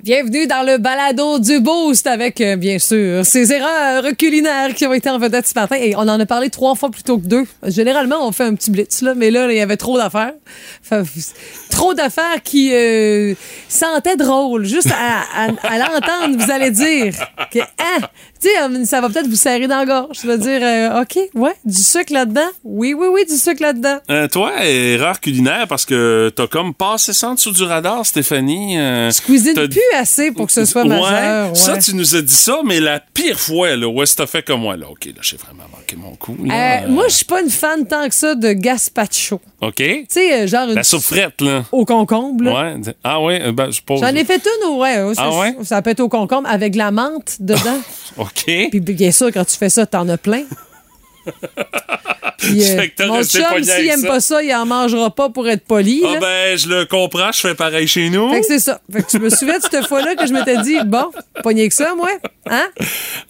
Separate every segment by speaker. Speaker 1: Bienvenue dans le balado du Boost avec, euh, bien sûr, ces erreurs culinaires qui ont été en vedette ce matin. Et on en a parlé trois fois plutôt que deux. Généralement, on fait un petit blitz, là, mais là, il y avait trop d'affaires. Enfin, trop d'affaires qui euh, sentaient drôle. Juste à, à- à l'entendre, vous allez dire que, hein, tu sais, euh, ça va peut-être vous serrer dans la gorge. Ça veut dire, euh, OK, ouais, du sucre là-dedans. Oui, oui, oui, du sucre là-dedans.
Speaker 2: Euh, toi, erreur culinaire, parce que t'as comme passé ça en dessous du radar, Stéphanie. Euh,
Speaker 1: Je cuisine
Speaker 2: t'as-
Speaker 1: plus assez pour que ce soit
Speaker 2: ouais,
Speaker 1: majeur.
Speaker 2: Ça,
Speaker 1: ouais.
Speaker 2: tu nous as dit ça, mais la pire fois, là, où est-ce que t'as fait comme moi, là, OK, là, j'ai vraiment manqué mon coup, là.
Speaker 1: Euh, moi, je suis pas une fan tant que ça de gazpacho.
Speaker 2: OK?
Speaker 1: Tu sais, euh, genre une
Speaker 2: La soupe frette, là.
Speaker 1: au concombre. là.
Speaker 2: Ouais. Ah ouais, euh, ben, je suppose.
Speaker 1: J'en ai fait une, au- ouais, ça,
Speaker 2: Ah ouais?
Speaker 1: ça peut être au concombre avec de la menthe dedans.
Speaker 2: OK.
Speaker 1: Puis bien sûr, quand tu fais ça, t'en as plein. Puis,
Speaker 2: Ça fait que t'as
Speaker 1: euh, mon
Speaker 2: resté
Speaker 1: chum,
Speaker 2: pogné
Speaker 1: s'il
Speaker 2: avec
Speaker 1: aime
Speaker 2: ça.
Speaker 1: pas ça, il en mangera pas pour être poli.
Speaker 2: Ah
Speaker 1: là.
Speaker 2: ben, je le comprends, je fais pareil chez nous.
Speaker 1: Fait que c'est ça. Fait que je me souviens de cette fois-là que je m'étais dit, bon, pogné que ça, moi. Hein?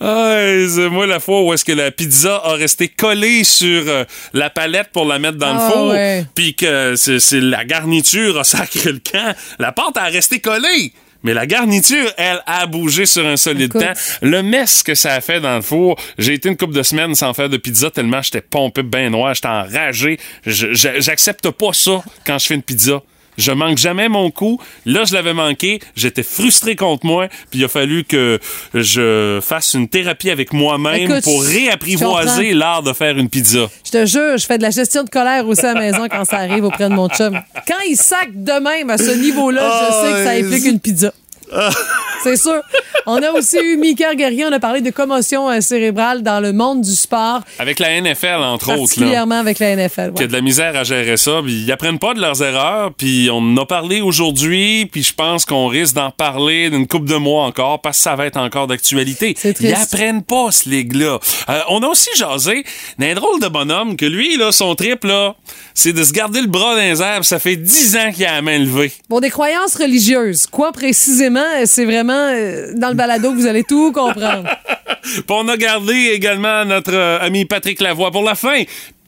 Speaker 2: Ah, c'est moi la fois où est-ce que la pizza a resté collée sur euh, la palette pour la mettre dans
Speaker 1: Ah,
Speaker 2: le four,
Speaker 1: ouais.
Speaker 2: puis que c'est, c'est la garniture a sacré le camp. La pâte a resté collée. Mais la garniture, elle, a bougé sur un solide
Speaker 1: Écoute.
Speaker 2: temps. Le mess que ça a fait dans le four, j'ai été une couple de semaines sans faire de pizza tellement j'étais pompé ben noir, j'étais enragé. Je- je- j'accepte pas ça quand je fais une pizza. Je manque jamais mon coup. Là, je l'avais manqué. J'étais frustré contre moi. Puis il a fallu que je fasse une thérapie avec moi-même
Speaker 1: Écoute,
Speaker 2: pour
Speaker 1: je- je
Speaker 2: réapprivoiser l'art de faire une pizza.
Speaker 1: Je te jure, je fais de la gestion de colère aussi à la maison quand ça arrive auprès de mon chum. Quand il sac de même à ce niveau-là,
Speaker 2: Ah,
Speaker 1: je sais que ça
Speaker 2: ouais.
Speaker 1: implique une pizza. C'est sûr. On a aussi eu Mika Guerrier, on a parlé de commotion euh, cérébrale dans le monde du sport,
Speaker 2: Avec la NFL, entre autres. Là.
Speaker 1: particulièrement avec la NFL.
Speaker 2: qui a
Speaker 1: ouais.
Speaker 2: de la misère à gérer ça. Puis ils apprennent pas de leurs erreurs. Puis on en a parlé aujourd'hui. Puis je pense qu'on risque d'en parler d'une coupe de mois encore parce que ça va être encore d'actualité.
Speaker 1: C'est triste.
Speaker 2: Ils apprennent pas, ce ligue-là. Euh, on a aussi jasé d'un drôle de bonhomme que lui, là, son trip, là, c'est de se garder le bras dans les airs. puis Ça fait dix ans qu'il a la main levée.
Speaker 1: Bon, des croyances religieuses. Quoi précisément? euh, C'est vraiment euh, dans le balado que vous allez tout comprendre.
Speaker 2: Puis on a gardé également notre euh, ami Patrick Lavoie pour la fin.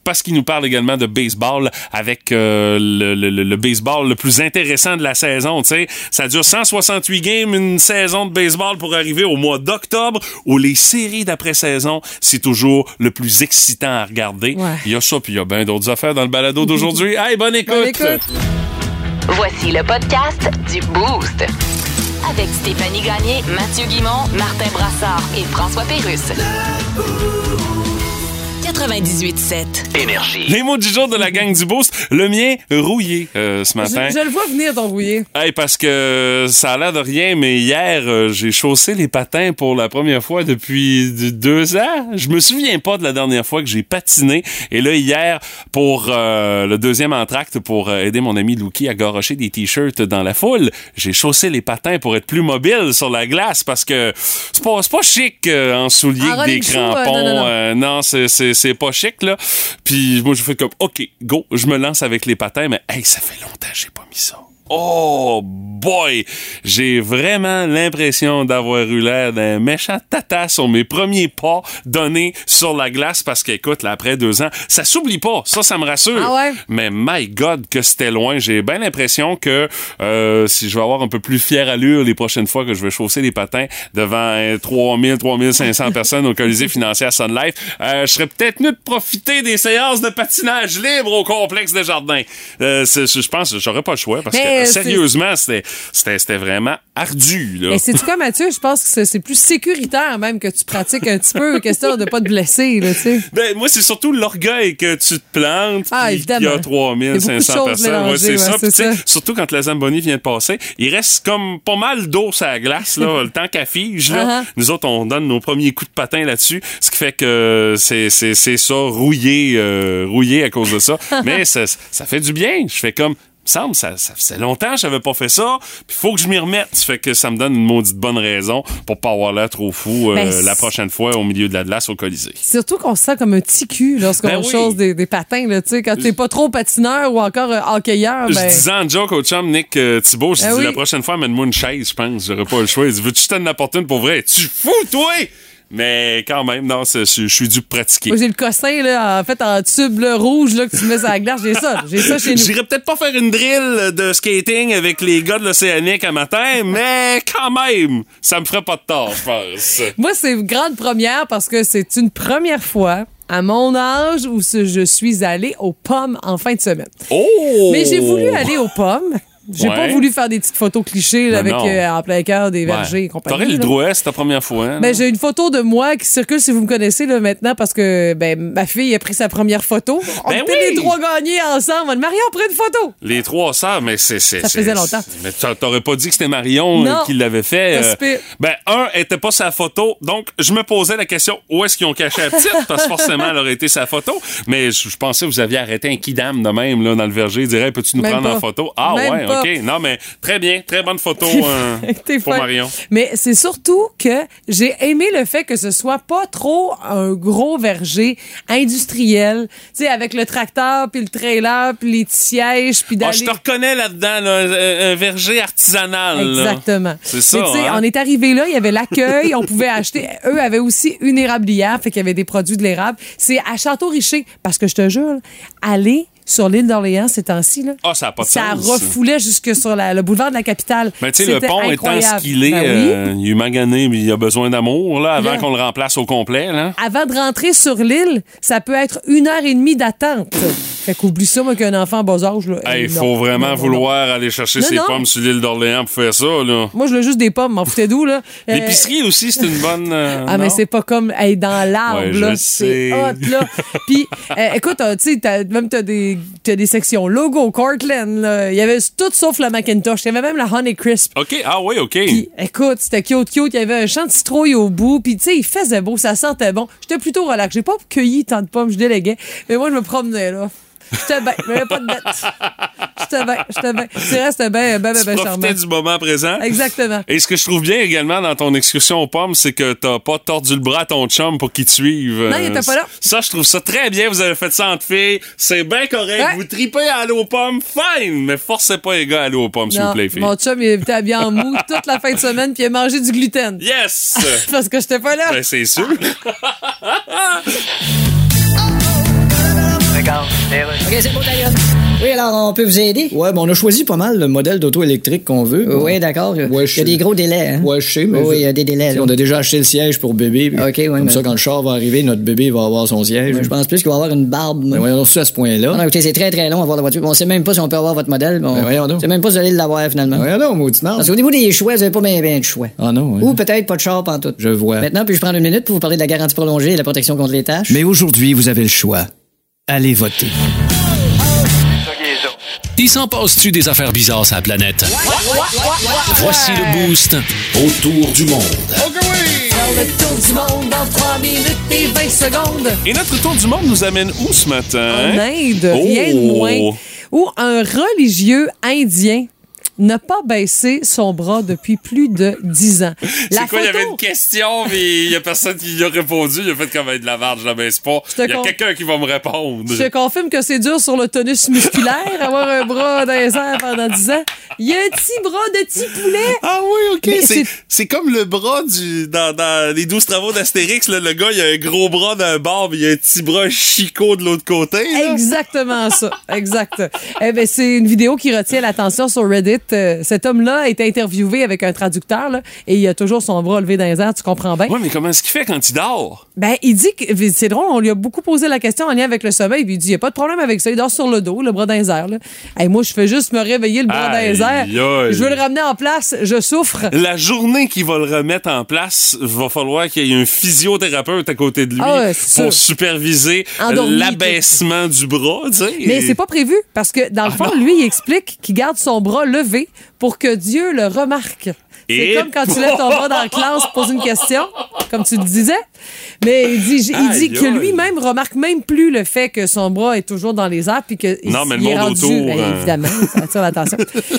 Speaker 2: Parce qu'il nous parle également de baseball avec euh, le, le- le- le baseball le plus intéressant de la saison. tu sais. Ça dure 168 games, une saison de baseball pour arriver au mois d'octobre où les séries d'après-saison, c'est toujours le plus excitant à regarder. Il
Speaker 1: Ouais.
Speaker 2: y a ça, puis il y a bien d'autres affaires dans le balado d'aujourd'hui. hey,
Speaker 1: Bonne écoute.
Speaker 3: Voici le podcast du Boost. Avec Stéphanie Gagné, Mathieu Guimont, Martin Brassard et François Pérus. 98.7.
Speaker 4: Énergie.
Speaker 2: Les mots du jour de la gang du Boost. Le mien, rouillé euh, ce
Speaker 1: Je,
Speaker 2: matin.
Speaker 1: je le vois venir, ton rouillé.
Speaker 2: Hey, parce que euh, ça a l'air de rien, mais hier, euh, j'ai chaussé les patins pour la première fois depuis d- deux ans. Je me souviens pas de la dernière fois que j'ai patiné. Et là, hier, pour euh, le deuxième entracte, pour euh, aider mon ami Louki à garocher des t-shirts dans la foule, j'ai chaussé les patins pour être plus mobile sur la glace parce que c'est pas, c'est pas chic euh, en souliers
Speaker 1: En
Speaker 2: avec des
Speaker 1: running shoe, euh,
Speaker 2: crampons.
Speaker 1: non, non, non.
Speaker 2: Euh, non, c'est- c'est c'est pas chic, là. Puis moi, je fais comme, OK, go, je me lance avec les patins, mais hey, ça fait longtemps que j'ai pas mis ça. Oh boy! J'ai vraiment l'impression d'avoir eu l'air d'un méchant tata sur mes premiers pas donnés sur la glace parce qu'écoute, là, après deux ans, ça s'oublie pas. Ça, ça me rassure.
Speaker 1: Ah ouais?
Speaker 2: Mais my God, que c'était loin. J'ai bien l'impression que euh, si je vais avoir un peu plus fière allure les prochaines fois que je vais chausser les patins devant euh, 3000, 3500 personnes au Colisée financier à Sun Life, euh, je serais peut-être mieux de profiter des séances de patinage libre au complexe des jardins. je pense que j'aurais pas le choix parce
Speaker 1: Mais,
Speaker 2: que
Speaker 1: euh,
Speaker 2: sérieusement, c'était- c'était c'était vraiment ardu. Là.
Speaker 1: Et c'est quoi, Eh, Mathieu? Je pense que c'est- c'est plus sécuritaire même que tu pratiques un petit peu, question de pas te blesser, là, tu sais.
Speaker 2: Ben, moi, c'est surtout l'orgueil que tu te plantes.
Speaker 1: Ah,
Speaker 2: puis
Speaker 1: évidemment.
Speaker 2: qu'il y
Speaker 1: Il
Speaker 2: a
Speaker 1: y a beaucoup de
Speaker 2: 3500
Speaker 1: choses
Speaker 2: personnes.
Speaker 1: mélangées,
Speaker 2: Ouais, c'est
Speaker 1: ouais,
Speaker 2: ça.
Speaker 1: c'est
Speaker 2: Puis, tu sais,
Speaker 1: ça.
Speaker 2: Surtout quand la Zamboni vient de passer, il reste comme pas mal d'eau sur la glace, là, le temps qu'elle fige. Là.
Speaker 1: Uh-huh.
Speaker 2: Nous autres, on donne nos premiers coups de patin là-dessus, ce qui fait que euh, c'est, c'est, c'est ça, rouillé, euh, rouillé à cause de ça. Mais ça, ça fait du bien. Je fais comme... me semble ça, ça faisait longtemps que j'avais pas fait ça puis faut que je m'y remette ça fait que ça me donne une maudite bonne raison pour pas avoir l'air trop fou euh,
Speaker 1: Ben, c'est-
Speaker 2: la prochaine fois au milieu de la glace au Colisée
Speaker 1: Surtout qu'on se sent comme un petit cul lorsqu'on
Speaker 2: Ben oui.
Speaker 1: chose des, des patins, là, tu sais, quand t'es pas trop patineur ou encore euh, hockeyeur,
Speaker 2: Je
Speaker 1: ben...
Speaker 2: disais en joke au chum Nick euh, Thibault, je
Speaker 1: Ah
Speaker 2: dis
Speaker 1: oui.
Speaker 2: la prochaine fois, amène-moi une chaise, je pense. J'aurais pas le choix. Il dit Veux-tu que je t'en apporte une pour vrai? Tu fous, toi? Mais quand même, non, c'est- je je suis dû pratiquer.
Speaker 1: Moi, j'ai le cossin, là, en fait, en tube là, rouge, là, que tu mets sur la glace. J'ai ça. J'ai ça chez nous.
Speaker 2: J'irai peut-être pas faire une drill de skating avec les gars de l'Océanique à matin, mais quand même, ça me ferait pas de tort, je pense.
Speaker 1: Moi, c'est une grande première parce que c'est une première fois à mon âge où ce- je suis allée aux pommes en fin de semaine.
Speaker 2: Oh!
Speaker 1: Mais j'ai voulu aller aux pommes. J'ai
Speaker 2: Ouais.
Speaker 1: pas voulu faire des petites photos clichés là,
Speaker 2: Ben
Speaker 1: avec
Speaker 2: non.
Speaker 1: euh, en plein cœur des
Speaker 2: Ouais.
Speaker 1: vergers et compagnie.
Speaker 2: T'aurais le
Speaker 1: là.
Speaker 2: droit, c'est ta première fois. hein? là.
Speaker 1: Ben, j'ai une photo de moi qui circule si vous me connaissez là maintenant parce que ben ma fille a pris sa première photo. On
Speaker 2: Ben
Speaker 1: était
Speaker 2: oui!
Speaker 1: les trois gagnés ensemble. On dit, Mario, prends une photo.
Speaker 2: Les trois sœurs, mais c'est. c'est-
Speaker 1: Ça
Speaker 2: c'est-
Speaker 1: faisait longtemps.
Speaker 2: Mais t'a- t'aurais pas dit que c'était Marion
Speaker 1: Non.
Speaker 2: euh, qui l'avait fait.
Speaker 1: Pas si pire.
Speaker 2: ben, un, elle était pas sa photo. Donc, je me posais la question où est-ce qu'ils ont caché la petite? Parce que forcément, elle aurait été sa photo. Mais je je pensais que vous aviez arrêté un kidam de même, là, dans le verger. Il dirait, peux-tu nous
Speaker 1: Même
Speaker 2: prendre en
Speaker 1: pas.
Speaker 2: photo? Ah,
Speaker 1: Même
Speaker 2: ouais,
Speaker 1: pas.
Speaker 2: OK. Non, mais très bien. Très bonne photo euh,
Speaker 1: T'es
Speaker 2: pour
Speaker 1: folle.
Speaker 2: Marion. Ah,
Speaker 1: Mais c'est surtout que j'ai aimé le fait que ce soit pas trop un gros verger industriel, tu sais avec le tracteur puis le trailer puis les petits sièges puis
Speaker 2: Ah,
Speaker 1: d'aller
Speaker 2: je te reconnais là-dedans, là, un un verger artisanal. là.
Speaker 1: Exactement.
Speaker 2: C'est ça,
Speaker 1: Mais tu sais,
Speaker 2: hein?
Speaker 1: On est arrivé là, il y avait l'accueil, on pouvait acheter. Eux avaient aussi une érablière, fait qu'il y avait des produits de l'érable. C'est à Château-Richer, parce que je te jure, aller sur l'île d'Orléans ces temps-ci, là,
Speaker 2: Ah, ça a pas de
Speaker 1: ça
Speaker 2: sens.
Speaker 1: refoulait jusque sur la- le boulevard de la capitale.
Speaker 2: Mais tu sais, le
Speaker 1: C'était
Speaker 2: pont étant
Speaker 1: incroyable.
Speaker 2: ce qu'il est,
Speaker 1: Ben oui.
Speaker 2: euh, il est magané, mais il a besoin d'amour, là, avant
Speaker 1: Là.
Speaker 2: qu'on le remplace au complet, là.
Speaker 1: Avant de rentrer sur l'île, ça peut être une heure et demie d'attente. fait qu'oublie ça, moi, qu'un enfant en bas âge, là.
Speaker 2: Il
Speaker 1: euh, non,
Speaker 2: faut vraiment
Speaker 1: non, non,
Speaker 2: vouloir aller chercher
Speaker 1: Non,
Speaker 2: ses
Speaker 1: non.
Speaker 2: pommes sur l'île d'Orléans pour faire ça, là.
Speaker 1: non. Moi, je veux juste des pommes, m'en foutais d'où, là. Euh,
Speaker 2: L'épicerie aussi, c'est une bonne. euh,
Speaker 1: Ah, mais
Speaker 2: non?
Speaker 1: c'est pas comme hey, dans l'arbre,
Speaker 2: Ouais, je
Speaker 1: là.
Speaker 2: sais.
Speaker 1: C'est hot, là. Puis, euh, écoute, euh, tu sais, t'as- même t'as des, t'as des sections logo, Cortland, là. Il y avait tout sauf la Macintosh. Il y avait même la Honey Crisp.
Speaker 2: OK, ah oui, OK.
Speaker 1: Puis, écoute, c'était cute, cute. Il y avait un champ de citrouille au bout. Puis, tu sais, il faisait beau, ça sentait bon. J'étais plutôt relax. J'ai pas cueilli tant de pommes, je déléguais. Mais moi, je me promenais, là. J'étais bien. J'avais pas de bête. J'étais bien. J'étais bien. C'est vrai, c'était bien, bien, bien,
Speaker 2: Tu
Speaker 1: bien ah, ben, charmant.
Speaker 2: profitais du moment présent.
Speaker 1: Exactement.
Speaker 2: Et ce que je trouve bien également dans ton excursion aux pommes, c'est que t'as pas tordu le bras à ton chum pour qu'il te suive. euh,
Speaker 1: Non, il était pas là.
Speaker 2: Ça, je trouve ça très bien. Vous avez fait ça entre filles. C'est bien correct.
Speaker 1: Ouais.
Speaker 2: Vous tripez à aller aux pommes, fine. Mais forcez pas les gars à aller aux pommes, s'il vous
Speaker 1: Non,
Speaker 2: plaît, filles.
Speaker 1: Mon chum, il était habillé en mou toute la fin de semaine, puis il a mangé du gluten.
Speaker 2: Yes!
Speaker 1: Parce que j'étais pas là. Ah,
Speaker 2: ben, c'est sûr.
Speaker 4: Oui, alors on peut vous aider?
Speaker 5: Ouais, ben on a choisi pas mal le modèle d'auto électrique qu'on veut.
Speaker 4: Oui, d'accord.
Speaker 5: Ouais, je
Speaker 4: il y a des
Speaker 5: sais.
Speaker 4: gros délais. Hein?
Speaker 5: Ouais, je sais, mais.
Speaker 4: Oui, il y a des délais.
Speaker 5: T'sais,
Speaker 4: là.
Speaker 5: On a déjà acheté le siège pour bébé. puis
Speaker 4: Ok, ouais,
Speaker 5: Comme
Speaker 4: mais-
Speaker 5: ça, quand le char va arriver, notre bébé va avoir son siège.
Speaker 4: Je pense plus qu'il va avoir une barbe. moi.
Speaker 5: Mais voyons, c'est à ce point-là.
Speaker 4: Non, non, Ah, écoutez, c'est très très long à voir la voiture. On sait même pas si on peut avoir votre modèle. On
Speaker 5: Ben, voyons donc.
Speaker 4: sait même pas si vous allez l'avoir finalement.
Speaker 5: Voyons donc, maudit marde.
Speaker 4: Parce qu'au niveau des choix, vous avez pas bien bien de choix.
Speaker 5: Ah non, ouais.
Speaker 4: Ou peut-être pas de char pantoute.
Speaker 5: Je vois.
Speaker 4: Maintenant, puis je prendre une minute pour vous parler de la garantie prolongée et la protection contre les tâches.
Speaker 5: Mais aujourd'hui, vous avez le choix. Allez voter.
Speaker 6: Il s'en passe-tu des affaires bizarres sur la planète? Voici le boost autour du monde.
Speaker 1: Le tour du monde en 3 minutes et 20 secondes.
Speaker 2: Et notre tour du monde nous amène où ce matin?
Speaker 1: En Inde, rien de
Speaker 2: hein? Oh!
Speaker 1: moins. Où un religieux indien n'a pas baissé son bras depuis plus de 10 ans.
Speaker 2: C'est quoi, il y avait une question, mais il y a personne qui y a répondu. Il a fait comme être de la marge, je la baisse pas.
Speaker 1: te
Speaker 2: Il y a
Speaker 1: con-
Speaker 2: quelqu'un qui va me répondre.
Speaker 1: Je te confirme que c'est dur sur le tonus musculaire, avoir un bras dans les airs pendant 10 ans. Il y a un petit bras de petit poulet.
Speaker 2: Ah oui, OK.
Speaker 1: Mais
Speaker 2: C'est-
Speaker 1: c'est-
Speaker 2: C'est comme le bras du dans, dans les 12 travaux d'Astérix. là, Le gars, il a un gros bras d'un bord, mais il a un petit bras chicot de l'autre côté. là.
Speaker 1: Exactement ça. Exact. Eh ben, c'est une vidéo qui retient l'attention sur Reddit. Euh, cet homme-là a été interviewé avec un traducteur là, et il a toujours son bras levé dans les airs, tu comprends bien.
Speaker 2: Ouais, mais comment est-ce qu'il fait quand il dort?
Speaker 1: Ben, il dit que c'est drôle, on lui a beaucoup posé la question en lien avec le sommeil, puis il dit il n'y a pas de problème avec ça, il dort sur le dos, le bras dans les airs. là. Eh, moi, je fais juste me réveiller le bras dans les airs.
Speaker 2: Aïe, aïe.
Speaker 1: Je veux le ramener en place, je souffre.
Speaker 2: La journée qu'il va le remettre en place, va falloir qu'il y ait un physiothérapeute à côté de lui
Speaker 1: Ah ouais, c'est
Speaker 2: pour
Speaker 1: sûr.
Speaker 2: superviser
Speaker 1: Endormi,
Speaker 2: l'abaissement du bras, tu sais.
Speaker 1: Mais c'est pas prévu, parce que dans le
Speaker 2: Ah
Speaker 1: fond, lui, il explique qu'il garde son bras levé pour que Dieu le remarque.
Speaker 2: Et-
Speaker 1: C'est comme quand tu lèves ton bras dans la classe pour poser une question, comme tu le disais. Mais il dit, il dit
Speaker 2: Aïe,
Speaker 1: que
Speaker 2: aïe.
Speaker 1: lui-même remarque même plus le fait que son bras est toujours dans les airs puis que
Speaker 2: Non,
Speaker 1: il-
Speaker 2: mais le
Speaker 1: il est
Speaker 2: monde
Speaker 1: rendu,
Speaker 2: autour,
Speaker 1: ben,
Speaker 2: hein.
Speaker 1: évidemment, ça attire l'attention.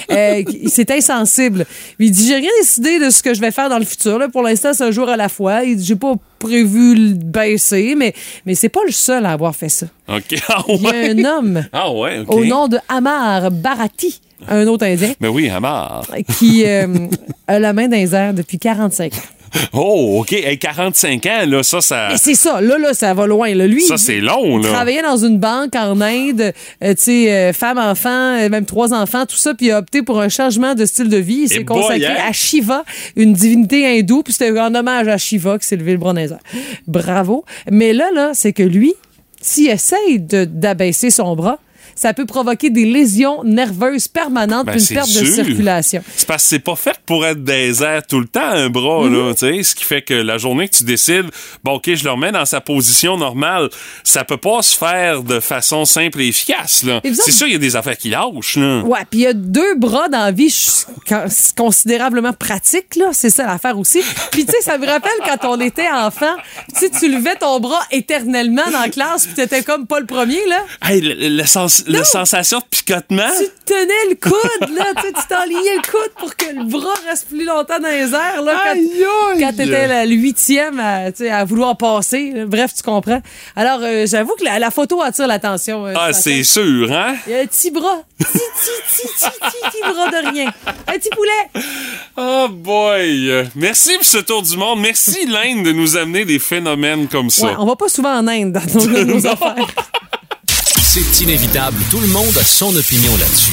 Speaker 1: Euh, c'est insensible. Il dit j'ai rien décidé de ce que je vais faire dans le futur. là. Pour l'instant, c'est un jour à la fois. Il dit j'ai pas prévu le baisser, mais mais c'est pas le seul à avoir fait ça.
Speaker 2: OK. Ah
Speaker 1: Il y a
Speaker 2: ouais.
Speaker 1: un homme
Speaker 2: Ah ouais, OK.
Speaker 1: au nom de Amar Bharati, un autre Indien,
Speaker 2: Mais Ben oui, Hamar.
Speaker 1: qui euh, a la main dans les airs depuis 45 ans.
Speaker 2: Oh, OK. Hey, 45 ans, là, ça, ça.
Speaker 1: Mais c'est ça, là, là, ça va loin. Là. Lui,
Speaker 2: Euh, Ça,
Speaker 1: il-
Speaker 2: c'est long,
Speaker 1: il
Speaker 2: là.
Speaker 1: travaillait dans une banque en Inde, euh, tu sais, euh, femme, enfant, euh, même trois enfants, tout ça, puis il a opté pour un changement de style de vie. Il s'est
Speaker 2: boy,
Speaker 1: consacré
Speaker 2: hein?
Speaker 1: à Shiva, une divinité hindoue, puis c'était en hommage à Shiva que s'est levé le bronzer. Bravo. Mais là, là, c'est que lui, s'il essaye de- d'abaisser son bras, ça peut provoquer des lésions nerveuses permanentes,
Speaker 2: Ben,
Speaker 1: puis
Speaker 2: c'est
Speaker 1: une perte de
Speaker 2: sûr.
Speaker 1: circulation.
Speaker 2: C'est parce que c'est pas fait pour être désert tout le temps, un bras,
Speaker 1: Mhm.
Speaker 2: là, tu sais. Ce qui fait que la journée que tu décides, bon, OK, je le remets dans sa position normale, ça peut pas se faire de façon simple et efficace, là.
Speaker 1: Et vous
Speaker 2: C'est
Speaker 1: autres-
Speaker 2: sûr, il y a des affaires qui lâchent, là.
Speaker 1: Ouais, puis il y a deux bras dans la vie, je suis con- c'est considérablement pratique, là. C'est ça l'affaire aussi. Puis, tu sais, ça me rappelle quand on était enfant, tu sais, tu levais ton bras éternellement dans la classe, puis t'étais comme pas le premier, là.
Speaker 2: Hey, le- le- la, sens- la sensation de picotement.
Speaker 1: Tu tenais le coude, là, tu sais, tu t'enlignais le coude pour que le bras reste plus longtemps dans les airs, là, quand,
Speaker 2: Aïe, aïe.
Speaker 1: quand t'étais la huitième à, tu sais, à vouloir passer. là. Bref, tu comprends. Alors, euh, j'avoue que la, la photo attire l'attention. euh,
Speaker 2: Ah,
Speaker 1: ce
Speaker 2: c'est
Speaker 1: matin.
Speaker 2: sûr, hein?
Speaker 1: Il y a un petit bras. Petit, petit, petit, petit, petit bras de rien. Un petit poulet.
Speaker 2: Oh boy! Euh, Merci pour ce tour du monde. Merci, l'Inde, de nous amener des phénomènes comme ça.
Speaker 1: Ouais, on va pas souvent en Inde dans nos, dans nos affaires.
Speaker 6: C'est inévitable. Tout le monde a son opinion là-dessus.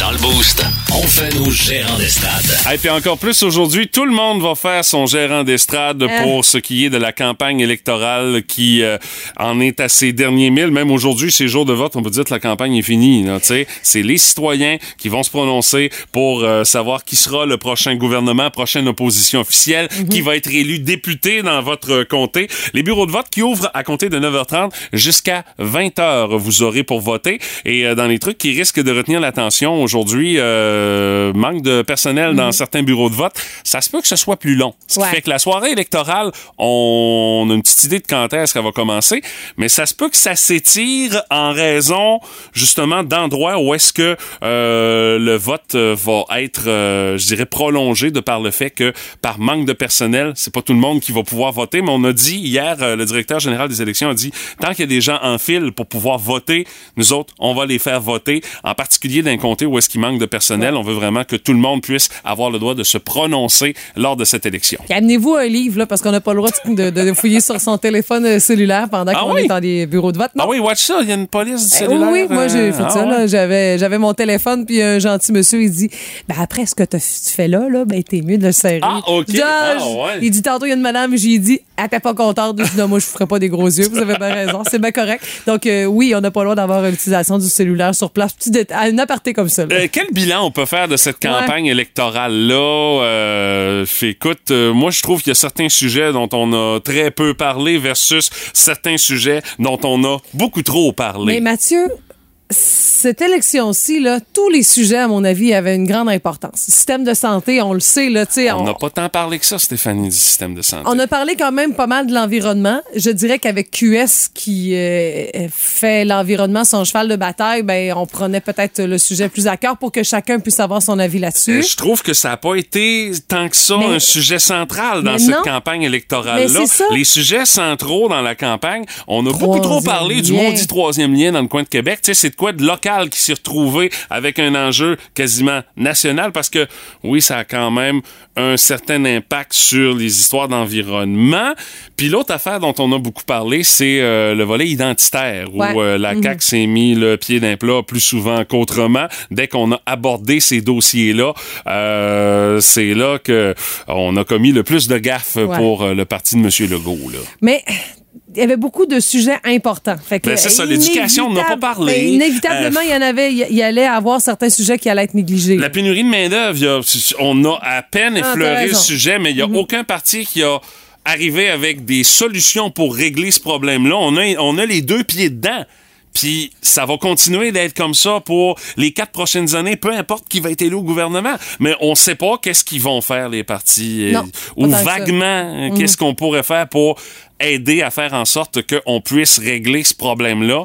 Speaker 6: Dans le boost, on fait nos gérants d'estrade.
Speaker 2: Et puis encore plus aujourd'hui, tout le monde va faire son gérant d'estrade pour ce qui est de la campagne électorale qui euh, en est à ses derniers mille. Même aujourd'hui, ces jours de vote, on peut dire que la campagne est finie. là, tu sais. C'est les citoyens qui vont se prononcer pour euh, savoir qui sera le prochain gouvernement, prochaine opposition officielle, qui va être élu député dans votre euh, comté. Les bureaux de vote qui ouvrent à compter de 9h30 jusqu'à 20h, vous aurez pour voter. Et euh, dans les trucs qui risquent de retenir l'attention aujourd'hui, euh, manque de personnel dans certains bureaux de vote, ça se peut que ce soit plus long. Ce qui
Speaker 1: Ouais.
Speaker 2: fait que la soirée électorale, on a une petite idée de quand est-ce qu'elle va commencer, mais ça se peut que ça s'étire en raison justement d'endroits où est-ce que euh, le vote euh, va être, euh, je dirais, prolongé de par le fait que par manque de personnel, c'est pas tout le monde qui va pouvoir voter, mais on a dit hier, euh, le directeur général des élections a dit, tant qu'il y a des gens en file pour pouvoir voter, nous autres, on va les faire voter, en particulier d'un comté où est-ce qu'il manque de personnel. On veut vraiment que tout le monde puisse avoir le droit de se prononcer lors de cette élection.
Speaker 1: Puis amenez-vous un livre, là, parce qu'on n'a pas le droit de, de- de fouiller sur son téléphone euh, cellulaire pendant
Speaker 2: Ah
Speaker 1: qu'on
Speaker 2: oui?
Speaker 1: est dans des bureaux de vote. Non.
Speaker 2: Ah oui, watch ça, il y a une police du
Speaker 1: Eh,
Speaker 2: cellulaire.
Speaker 1: oui, oui, moi j'ai
Speaker 2: euh,
Speaker 1: fait
Speaker 2: ah
Speaker 1: ça.
Speaker 2: ouais.
Speaker 1: là. J'avais, j'avais mon téléphone, puis un gentil monsieur, il dit ben Après ce que t'as f- tu fais là, là ben, t'es mieux de le serrer.
Speaker 2: Ah, OK.
Speaker 1: Je dis, Ah,
Speaker 2: Ah,
Speaker 1: je-
Speaker 2: ouais.
Speaker 1: Il dit Tantôt, il y a une madame, j'ai dit Ah, t'es pas contente. Je dis, Non, moi, je ferai pas des gros yeux. Vous avez bien raison. C'est bien correct. Donc, euh, oui, on n'a pas le droit d'avoir l'utilisation du cellulaire sur place. Petit détail, une aparté comme ça. là.
Speaker 2: Euh, quel bilan on peut faire de cette campagne électorale-là? Euh, fait, écoute, euh, moi, je trouve qu'il y a certains sujets dont on a très peu parlé versus certains sujets dont on a beaucoup trop
Speaker 1: Mais
Speaker 2: parlé.
Speaker 1: Mathieu, cette élection-ci, là, tous les sujets, à mon avis, avaient une grande importance. Système de santé, on le sait, là, tu sais,
Speaker 2: on
Speaker 1: on,
Speaker 2: n'a pas tant parlé que ça, Stéphanie, du système de santé.
Speaker 1: on a parlé quand même pas mal de l'environnement. Je dirais qu'avec QS qui euh, fait l'environnement son cheval de bataille, ben on prenait peut-être le sujet plus à cœur pour que chacun puisse avoir son avis
Speaker 2: Euh,
Speaker 1: là-dessus.
Speaker 2: Je trouve que ça n'a pas été tant que ça
Speaker 1: Mais-
Speaker 2: un sujet central dans
Speaker 1: Mais
Speaker 2: cette
Speaker 1: non.
Speaker 2: campagne
Speaker 1: Mais
Speaker 2: électorale-là.
Speaker 1: c'est ça.
Speaker 2: Les sujets centraux dans la campagne, on a beaucoup trop
Speaker 1: Troisième
Speaker 2: parlé du
Speaker 1: lien.
Speaker 2: maudit troisième lien dans le coin de Québec. Tu sais, c'est de quoi de local qui s'est retrouvé avec un enjeu quasiment national parce que, oui, ça a quand même un certain impact sur les histoires d'environnement. Puis l'autre affaire dont on a beaucoup parlé, c'est euh, le volet identitaire
Speaker 1: Ouais.
Speaker 2: où euh, la CAQ s'est mis le pied d'un plat plus souvent qu'autrement. Dès qu'on a abordé ces dossiers-là, euh, c'est là que on a commis le plus de gaffes
Speaker 1: Ouais.
Speaker 2: pour euh, le parti de M. Legault. Là.
Speaker 1: Mais il y avait beaucoup de sujets importants. Fait que,
Speaker 2: Ben, c'est ça,
Speaker 1: euh,
Speaker 2: l'éducation, on n'a pas parlé. Euh,
Speaker 1: ben, Inévitablement, il y en avait, il y allait avoir certains sujets qui allaient être négligés.
Speaker 2: La pénurie de main-d'œuvre, il y a- on a à peine
Speaker 1: Ah,
Speaker 2: effleuré
Speaker 1: t'as
Speaker 2: le
Speaker 1: raison. Mm-hmm.
Speaker 2: sujet, mais il n'y a aucun parti qui a arrivé avec des solutions pour régler ce problème-là. On a, on a les deux pieds dedans. Puis ça va continuer d'être comme ça pour les quatre prochaines années, peu importe qui va être élu au gouvernement. Mais on ne sait pas qu'est-ce qu'ils vont faire les partis euh,
Speaker 1: Non,
Speaker 2: ou
Speaker 1: pas tant que ça.
Speaker 2: vaguement
Speaker 1: Mm.
Speaker 2: euh, qu'est-ce qu'on pourrait faire pour aider à faire en sorte qu'on puisse régler ce problème-là.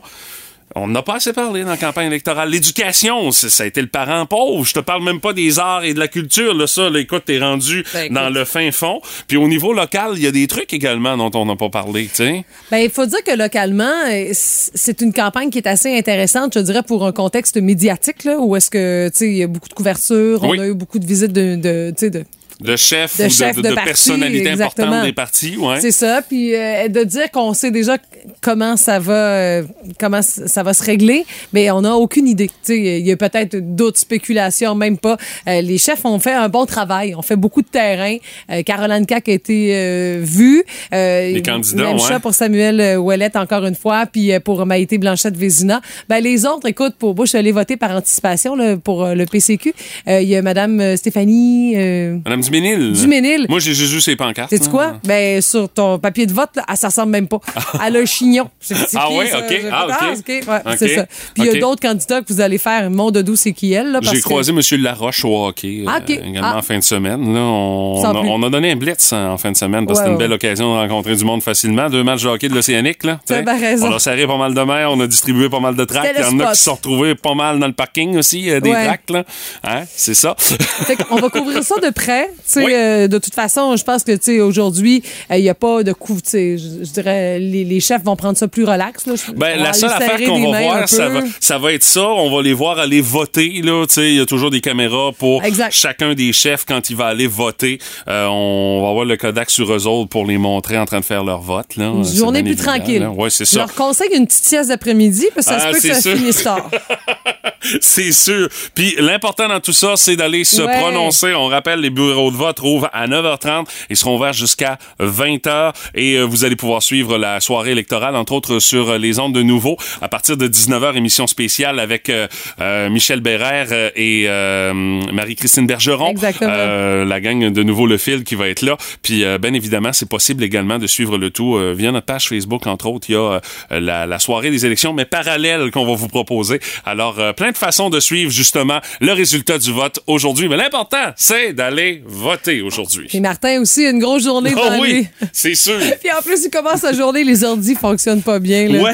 Speaker 2: On n'a pas assez parlé dans la campagne électorale. L'éducation, c'est- ça a été le parent pauvre. Je te parle même pas des arts et de la culture. Là, ça, là, écoute, t'es rendu
Speaker 1: Ben, écoute.
Speaker 2: dans le fin fond. Puis au niveau local, il y a des trucs également dont on n'a pas parlé, tu sais.
Speaker 1: Ben, il faut dire que localement, euh, c- c'est une campagne qui est assez intéressante, je dirais, pour un contexte médiatique, là, où est-ce que, tu sais, il y a beaucoup de couverture,
Speaker 2: Oui.
Speaker 1: on a eu beaucoup de visites de, de, tu sais, de
Speaker 2: de chef
Speaker 1: De
Speaker 2: ou de,
Speaker 1: chef
Speaker 2: de-
Speaker 1: de
Speaker 2: de
Speaker 1: parti,
Speaker 2: personnalité
Speaker 1: exactement.
Speaker 2: importante des partis. Ouais.
Speaker 1: C'est ça. Puis euh, de dire qu'on sait déjà comment ça va, euh, comment s- ça va se régler, mais on n'a aucune idée. Tu sais, Il y a peut-être d'autres spéculations, même pas. Euh, les chefs ont fait un bon travail. On fait beaucoup de terrain. Euh, Caroline Cac a été euh, vue. Euh,
Speaker 2: Les candidats,
Speaker 1: même
Speaker 2: ouais.
Speaker 1: chat pour Samuel euh, Ouellet, encore une fois, puis euh, pour Maïté Blanchette-Vézina. Ben, les autres, écoute, pour moi, je suis allée voter par anticipation là, pour euh, le PCQ. Euh, Il y a Madame euh, Stéphanie... euh,
Speaker 2: Madame Duménil.
Speaker 1: Duménil.
Speaker 2: Moi, j'ai juste vu ses pancartes.
Speaker 1: Sais-tu
Speaker 2: hein.
Speaker 1: quoi? Ben, sur ton papier de vote, là, elle, ça ressemble même pas. Elle a un chignon. J'ai critiqué
Speaker 2: Ah ouais,
Speaker 1: ça,
Speaker 2: ok.
Speaker 1: j'ai fait,
Speaker 2: Ah, ok.
Speaker 1: ouais,
Speaker 2: Ok.
Speaker 1: c'est ça. Puis il y a
Speaker 2: Ok.
Speaker 1: d'autres candidats que vous allez faire. Mon doudou, c'est qui elle? là, parce
Speaker 2: J'ai
Speaker 1: que-
Speaker 2: croisé M. Laroche au hockey euh,
Speaker 1: Ah, ok.
Speaker 2: également
Speaker 1: Ah.
Speaker 2: en fin de semaine. Là, on,
Speaker 1: Sans
Speaker 2: on a,
Speaker 1: plus.
Speaker 2: on a donné un blitz hein, en fin de semaine parce que c'était
Speaker 1: Ouais,
Speaker 2: une
Speaker 1: ouais.
Speaker 2: belle occasion de rencontrer du monde facilement. Deux matchs de hockey de l'Océanique. là,
Speaker 1: T'as
Speaker 2: t'sais.
Speaker 1: bien raison.
Speaker 2: On a serré pas mal de mer, on a distribué pas mal de tracts.
Speaker 1: C'était
Speaker 2: Il y en
Speaker 1: le
Speaker 2: a
Speaker 1: spot.
Speaker 2: qui se sont retrouvés pas mal dans le parking aussi, euh, des
Speaker 1: Ouais.
Speaker 2: tracts. là. Hein, C'est ça.
Speaker 1: Fait qu'on va couvrir ça de près. Tu sais,
Speaker 2: Oui.
Speaker 1: euh, de toute façon, je pense que tu sais, aujourd'hui, euh, il n'y a pas de coup. tu sais, Je je dirais, les, les chefs vont prendre ça plus relax. là. Je- on
Speaker 2: Ben, la
Speaker 1: aller
Speaker 2: seule affaire
Speaker 1: serrer
Speaker 2: qu'on
Speaker 1: des
Speaker 2: va
Speaker 1: mains un
Speaker 2: voir, ça va,
Speaker 1: peu.
Speaker 2: ça va être ça. On va les voir aller voter. Là, Tu sais, il y a toujours des caméras pour
Speaker 1: Exact.
Speaker 2: chacun des chefs quand il va aller voter. Euh, on va avoir le Kodak sur eux autres pour les montrer en train de faire leur vote. Là.
Speaker 1: Une
Speaker 2: Ah, C'est
Speaker 1: journée
Speaker 2: bien
Speaker 1: plus
Speaker 2: évident,
Speaker 1: tranquille.
Speaker 2: là. Ouais, c'est
Speaker 1: Je
Speaker 2: ça.
Speaker 1: leur conseille une petite sieste d'après-midi, parce que ça
Speaker 2: Ah,
Speaker 1: se peut
Speaker 2: c'est
Speaker 1: que ça
Speaker 2: sûr.
Speaker 1: finisse tard.
Speaker 2: C'est sûr. Puis l'important dans tout ça, c'est d'aller se
Speaker 1: Ouais.
Speaker 2: prononcer. On rappelle, les bureaux de vote ouvrent à 9h30. Ils seront ouverts jusqu'à 20h. Et euh, vous allez pouvoir suivre la soirée électorale, entre autres sur euh, les ondes de nouveau. À partir de 19h, émission spéciale avec euh, euh, Michel Bérère euh, et euh, Marie-Christine Bergeron.
Speaker 1: Exactement.
Speaker 2: Euh, la gang de nouveau Le Fil qui va être là. Puis, euh, bien évidemment, c'est possible également de suivre le tout euh, via notre page Facebook, entre autres. Il y a euh, la, la soirée des élections, mais parallèle qu'on va vous proposer. Alors, euh, plein de façons de suivre, justement, le résultat du vote aujourd'hui. Mais l'important, c'est d'aller voter aujourd'hui.
Speaker 1: Et Martin aussi, une grosse journée
Speaker 2: Oh
Speaker 1: devant lui.
Speaker 2: oui, c'est sûr.
Speaker 1: Puis en plus, il commence la journée, les ordis fonctionnent pas bien. Là.
Speaker 2: Ouais.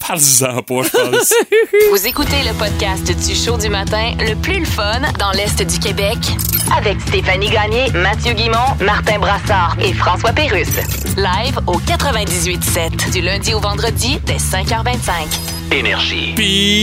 Speaker 2: Parle-en pas, je pense.
Speaker 3: Vous écoutez le podcast du show du matin, le plus le fun dans l'Est du Québec, avec Stéphanie Gagné, Mathieu Guimont, Martin Brassard et François Pérusse. Live au 98.7, du lundi au vendredi, dès 5h25.
Speaker 6: Énergie.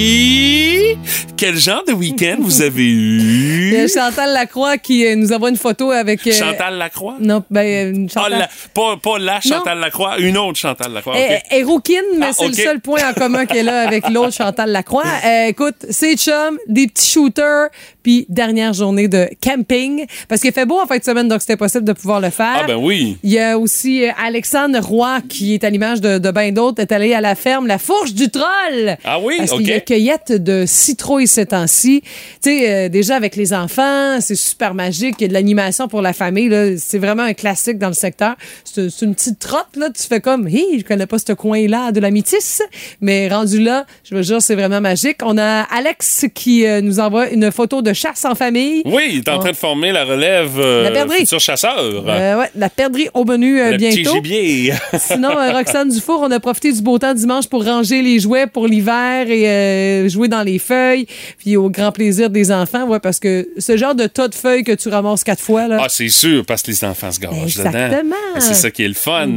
Speaker 2: Puis, quel genre de week-end vous avez eu?
Speaker 1: Il y a Chantal Lacroix qui euh, nous envoie une photo avec. euh,
Speaker 2: Chantal Lacroix?
Speaker 1: Non, ben, euh, une
Speaker 2: Ah,
Speaker 1: Chantal.
Speaker 2: la- pas, pas la Chantal Lacroix, une autre Chantal Lacroix. ok.
Speaker 1: Elle- elle est rouquine, eh, mais
Speaker 2: Ah,
Speaker 1: c'est
Speaker 2: ok.
Speaker 1: le seul point en commun qu'elle a avec l'autre Chantal Lacroix. Euh, écoute, c'est chum, des petits shooters, puis dernière journée de camping. Parce qu'il fait beau en fin de semaine, donc c'était possible de pouvoir le faire.
Speaker 2: Ah ben oui.
Speaker 1: Il y a aussi euh, Alexandre Roy, qui est à l'image de, de bien d'autres, est allé à la ferme La Fourche du Troll.
Speaker 2: Ah oui,
Speaker 1: Parce
Speaker 2: ok.
Speaker 1: qu'il y a cueillette de citrouilles ces temps-ci. Tu sais, euh, déjà avec les enfants, c'est super magique. Il y a de l'animation pour la famille. là. C'est vraiment un classique dans le secteur. C'est c'est une petite trotte, là. Tu fais comme, hé, je connais pas ce coin-là de la métisse. Mais rendu là, je veux dire, c'est vraiment magique. On a Alex qui euh, nous envoie une photo de chasse en famille.
Speaker 2: Oui, il est en train de former la relève euh,
Speaker 1: Ah. La perdrix.
Speaker 2: futur chasseur.
Speaker 1: Euh, ouais, la perdrix au menu euh,
Speaker 2: le petit
Speaker 1: bientôt.
Speaker 2: gibier.
Speaker 1: Sinon, euh, Roxane Dufour, on a profité du beau temps dimanche pour ranger les jouets pour l'hiver et euh, jouer dans les feuilles, puis au grand plaisir des enfants, ouais, parce que ce genre de tas de feuilles que tu ramasses quatre fois, là,
Speaker 2: Ah, c'est sûr, parce que les enfants se gâchent dedans.
Speaker 1: hein? Exactement. Mhm.
Speaker 2: C'est ça qui est le fun.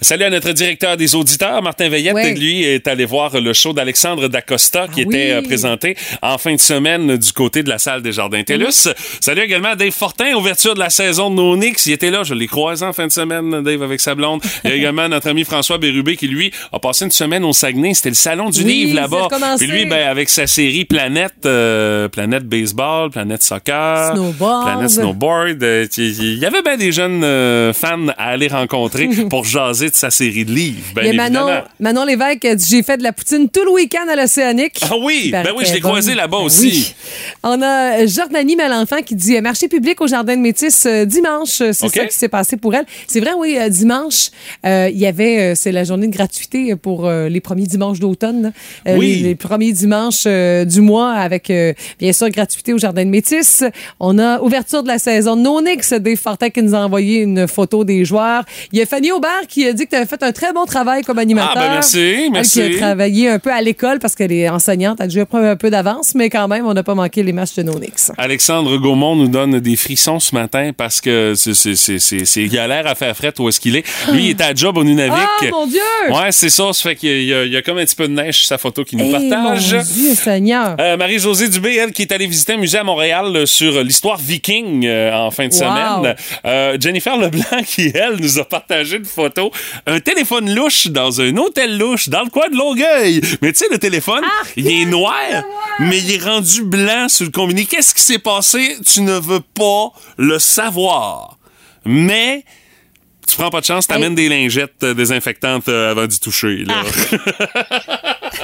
Speaker 2: Salut à notre directeur des auditeurs, Martin Veillette.
Speaker 1: Ouais.
Speaker 2: Lui est allé voir le show d'Alexandre D'Acosta qui
Speaker 1: Ah oui.
Speaker 2: était euh, présenté en fin de semaine du côté de la salle des Jardins TELUS. Salut également à Dave Fortin, ouverture de la saison de nos Knicks. Il était là, je l'ai croisé en fin de semaine, Dave, avec sa blonde. Il y a également notre ami François Bérubé qui, lui, a passé une semaine au Saguenay. C'était le salon du
Speaker 1: Oui,
Speaker 2: livre
Speaker 1: c'est
Speaker 2: là-bas.
Speaker 1: recommencé.
Speaker 2: Et lui, ben, avec sa série Planète, euh, Planète Baseball, Planète Soccer,
Speaker 1: Snowboard.
Speaker 2: Planète Snowboard. euh, t- Il y avait bien des jeunes euh, fans à aller rencontrer pour jaser de sa série de livres. Ben,
Speaker 1: Il y a Manon,
Speaker 2: évidemment.
Speaker 1: Manon Lévesque a dit J'ai fait de la poutine tout le week-end à l'Océanique.
Speaker 2: Ah oui,
Speaker 1: Il paraît
Speaker 2: ben oui, je
Speaker 1: qu'elle
Speaker 2: l'ai
Speaker 1: est bonne.
Speaker 2: croisé là-bas
Speaker 1: Ben
Speaker 2: aussi.
Speaker 1: oui. On a euh, Jordanie Malenfant qui dit euh, marché public au Jardin de Métis euh, dimanche. Euh, C'est
Speaker 2: OK.
Speaker 1: ça qui s'est passé pour elle. C'est vrai, oui, euh, dimanche, euh, il y avait, euh, c'est la journée de gratuité euh, pour euh, les premiers dimanches d'automne. là. Euh,
Speaker 2: Oui.
Speaker 1: Les, les premiers dimanches euh, du mois avec, euh, bien sûr, gratuité au Jardin de Métis. On a ouverture de la saison de Nonix, Dave Fortin qui nous a envoyé une photo des joueurs. Il y a Fanny Aubert qui a dit que tu avais fait un très bon travail comme animateur.
Speaker 2: ben merci, merci.
Speaker 1: Elle qui a travaillé un peu à l'école parce qu'elle est enseignante. Elle a déjà pris un peu d'avance, mais quand même, on n'a pas manqué les matchs de nos Phoenix.
Speaker 2: Alexandre Gaumont nous donne des frissons ce matin parce que c'est- c'est- c'est c'est- c'est galère à faire fret où est-ce qu'il est. Lui, il est à job au Nunavik.
Speaker 1: Ah, mon Dieu!
Speaker 2: Ouais, c'est ça. Ça fait qu'il y, a- il y a comme un petit peu de neige sur sa photo qu'il nous
Speaker 1: Eh,
Speaker 2: partage.
Speaker 1: Mon Dieu, Seigneur.
Speaker 2: Euh, Marie-Josée Dubé, elle, qui est allée visiter un musée à Montréal euh, sur euh, l'histoire viking euh, en fin de
Speaker 1: Wow.
Speaker 2: semaine. Euh, Jennifer Leblanc, qui, elle, nous a partagé une photo. Un téléphone louche dans un hôtel louche dans le coin de Longueuil. Mais tu sais, le téléphone, il est noir, mais il est rendu blanc sur le combiné. Qu'est-ce qui s'est passé? Tu ne veux pas le savoir. Mais... Tu prends pas de chance, t'amènes des lingettes euh, désinfectantes euh, avant d'y toucher. Là.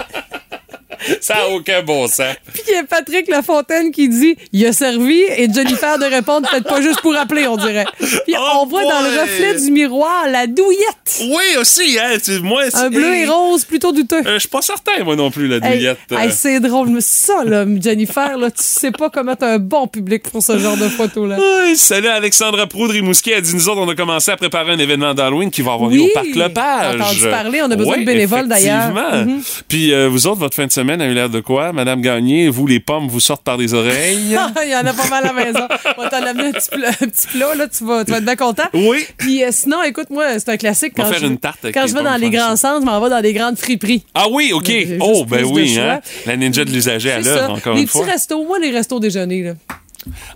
Speaker 2: Ça n'a aucun bon sens.
Speaker 1: Puis il y a Patrick Lafontaine qui dit « Il a servi » et Jennifer de répondre « Faites pas juste pour appeler, on dirait. » Puis
Speaker 2: Oh
Speaker 1: on voit dans le
Speaker 2: boy!
Speaker 1: reflet du miroir la douillette.
Speaker 2: Oui, aussi, hein. tu- moi,
Speaker 1: Un
Speaker 2: c'est-
Speaker 1: bleu et rose plutôt douteux.
Speaker 2: Euh, je suis pas certain, moi non plus, la
Speaker 1: Hey,
Speaker 2: douillette. euh.
Speaker 1: hey, c'est drôle, mais ça, là, Jennifer, là, tu sais pas comment t'as un bon public pour ce genre de photo-là.
Speaker 2: Ouais, salut Alexandra Proudre-Rimouski. Elle dit Nous autres, on a commencé à préparer un événement d'Halloween qui va avoir lieu
Speaker 1: Oui,
Speaker 2: au Parc Lepage.
Speaker 1: j'ai entendu parler, on a besoin de bénévoles, d'ailleurs.
Speaker 2: effectivement.
Speaker 1: Mhm.
Speaker 2: Puis euh, vous autres, votre fin de semaine a eu l'air de quoi Madame Gagné, vous, les pommes vous sortent par les oreilles.
Speaker 1: Il y en a pas mal à la maison. On va t'en amener un petit plat, un petit plat, là, tu vas, tu vas être bien content.
Speaker 2: oui.
Speaker 1: Puis euh, sinon, écoute, moi, c'est un classique.
Speaker 2: On va
Speaker 1: Quand
Speaker 2: faire
Speaker 1: je,
Speaker 2: une tarte avec
Speaker 1: quand
Speaker 2: les
Speaker 1: je vais
Speaker 2: pommes,
Speaker 1: dans les
Speaker 2: faire
Speaker 1: grands
Speaker 2: ça.
Speaker 1: centres, je m'en vais dans les grandes friperies.
Speaker 2: Ah oui, OK.
Speaker 1: J'ai juste
Speaker 2: Oh, ben
Speaker 1: plus de
Speaker 2: oui,
Speaker 1: choix.
Speaker 2: hein. La ninja de l'usager à
Speaker 1: C'est
Speaker 2: l'œuvre,
Speaker 1: ça.
Speaker 2: encore
Speaker 1: les
Speaker 2: une fois.
Speaker 1: petits restos, moi, les restos déjeuners, là.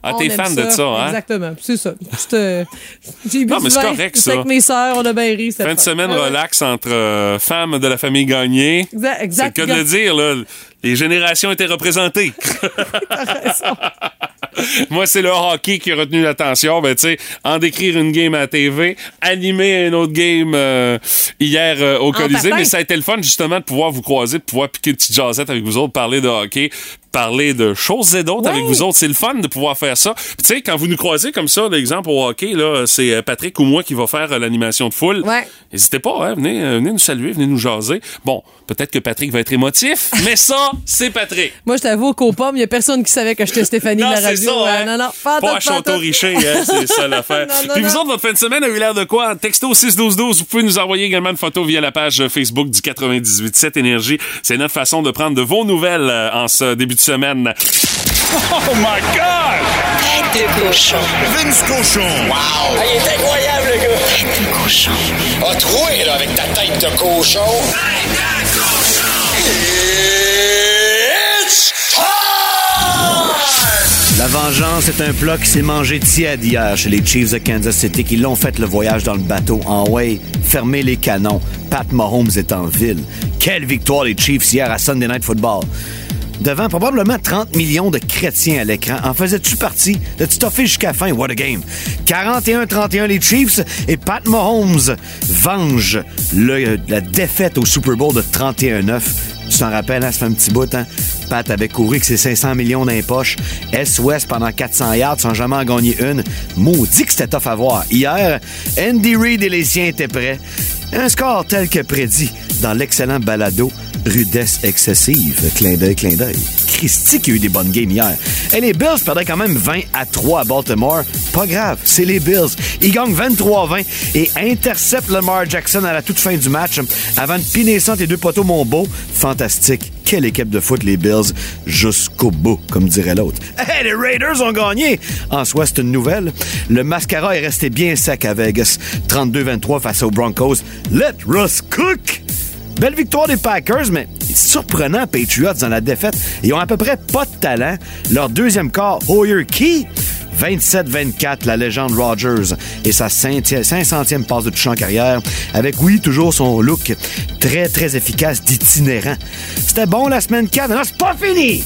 Speaker 2: Ah,
Speaker 1: On
Speaker 2: t'es
Speaker 1: aime
Speaker 2: fan de ça, hein.
Speaker 1: Exactement. C'est ça. Petite, euh, J'ai bu
Speaker 2: Non,
Speaker 1: du
Speaker 2: mais c'est
Speaker 1: vin,
Speaker 2: correct,
Speaker 1: j'étais
Speaker 2: ça.
Speaker 1: avec mes sœurs, on a bien ri. c'était
Speaker 2: Fin de
Speaker 1: fun.
Speaker 2: semaine
Speaker 1: Ouais, ouais.
Speaker 2: relax entre euh, femmes de la famille Gagné.
Speaker 1: Exact,
Speaker 2: C'est le
Speaker 1: exact.
Speaker 2: cas de le dire, là. Les générations étaient représentées. Moi, c'est le hockey qui a retenu l'attention. Ben, tu sais, en décrire une game à la TV, animer une autre game euh, hier euh, au Colisée.
Speaker 1: patin.
Speaker 2: Mais ça a été le fun, justement, de pouvoir vous croiser, de pouvoir piquer une petite jasette avec vous autres, parler de hockey, parler de choses et d'autres
Speaker 1: Ouais.
Speaker 2: avec vous autres. C'est le fun de pouvoir faire ça. Puis, tu sais, quand vous nous croisez comme ça, l'exemple au hockey, là, c'est euh, Patrick ou moi qui va faire euh, l'animation de foule.
Speaker 1: Ouais.
Speaker 2: N'hésitez pas, hein, venez, euh, venez nous saluer, venez nous jaser. Bon, peut-être que Patrick va être émotif, mais ça, c'est Patrick.
Speaker 1: Moi, je t'avoue qu'au pomme, il n'y a personne qui savait que j'étais Stéphanie
Speaker 2: Non,
Speaker 1: de la
Speaker 2: c'est ça,
Speaker 1: radio. Ouais,
Speaker 2: hein.
Speaker 1: Non, non, pas
Speaker 2: Pas à Château-Richer, hein, c'est ça l'affaire.
Speaker 1: Non, non,
Speaker 2: Puis vous
Speaker 1: non.
Speaker 2: autres, votre fin de semaine a eu l'air de quoi? Texto 61212, vous pouvez nous envoyer également une photo via la page Facebook du 987 Énergie. C'est notre façon de prendre de vos nouvelles euh, en ce début de semaine. Oh my God!
Speaker 7: Tête de cochon.
Speaker 8: Vince Cochon. Wow!
Speaker 7: il est incroyable, le gars. Tête de cochon.
Speaker 8: A troué, là, avec ta tête de cochon. Tête de cochon! It's time!
Speaker 9: La vengeance est un plat qui s'est mangé tiède hier chez les Chiefs de Kansas City qui l'ont fait le voyage dans le bateau en way. Fermez les canons. Pat Mahomes est en ville. Quelle victoire les Chiefs hier à Sunday Night Football. Devant probablement 30 millions de chrétiens à l'écran, en faisais-tu partie? de tu toffé jusqu'à la fin? What a game! 41-31 les Chiefs et Pat Mahomes venge le- la défaite au Super Bowl de 31-9 tu t'en rappelles, hein, ça fait un petit bout, hein? Pat avait couru avec ses 500 millions dans les poches. S-Ouest pendant 400 yards sans jamais en gagner une. Maudit que c'était tough à voir. Hier, Andy Reid et les siens étaient prêts. Un score tel que prédit dans l'excellent balado Rudesse excessive. Clin d'œil, clin d'œil. Christy qui a eu des bonnes games hier. Et les Bills perdaient quand même 20 à 3 à Baltimore. Pas grave, c'est les Bills. Ils gagnent 23-20 et interceptent Lamar Jackson à la toute fin du match avant de piner ça entre les deux poteaux mon beau. Fantastique. Quelle équipe de foot, les Bills, jusqu'au bout, comme dirait l'autre. Hey, les Raiders ont gagné! En soi, c'est une nouvelle. Le mascara est resté bien sec à Vegas. 32-23 face aux Broncos. Let Russ cook! Belle victoire des Packers, mais surprenant Patriots dans la défaite. Ils ont à peu près pas de talent. Leur deuxième corps, Hoyer Key, 27-24, la légende Rogers et sa 500e passe de touche en carrière, avec, oui, toujours son look très, très efficace d'itinérant. C'était bon la semaine 4, mais là, c'est pas fini!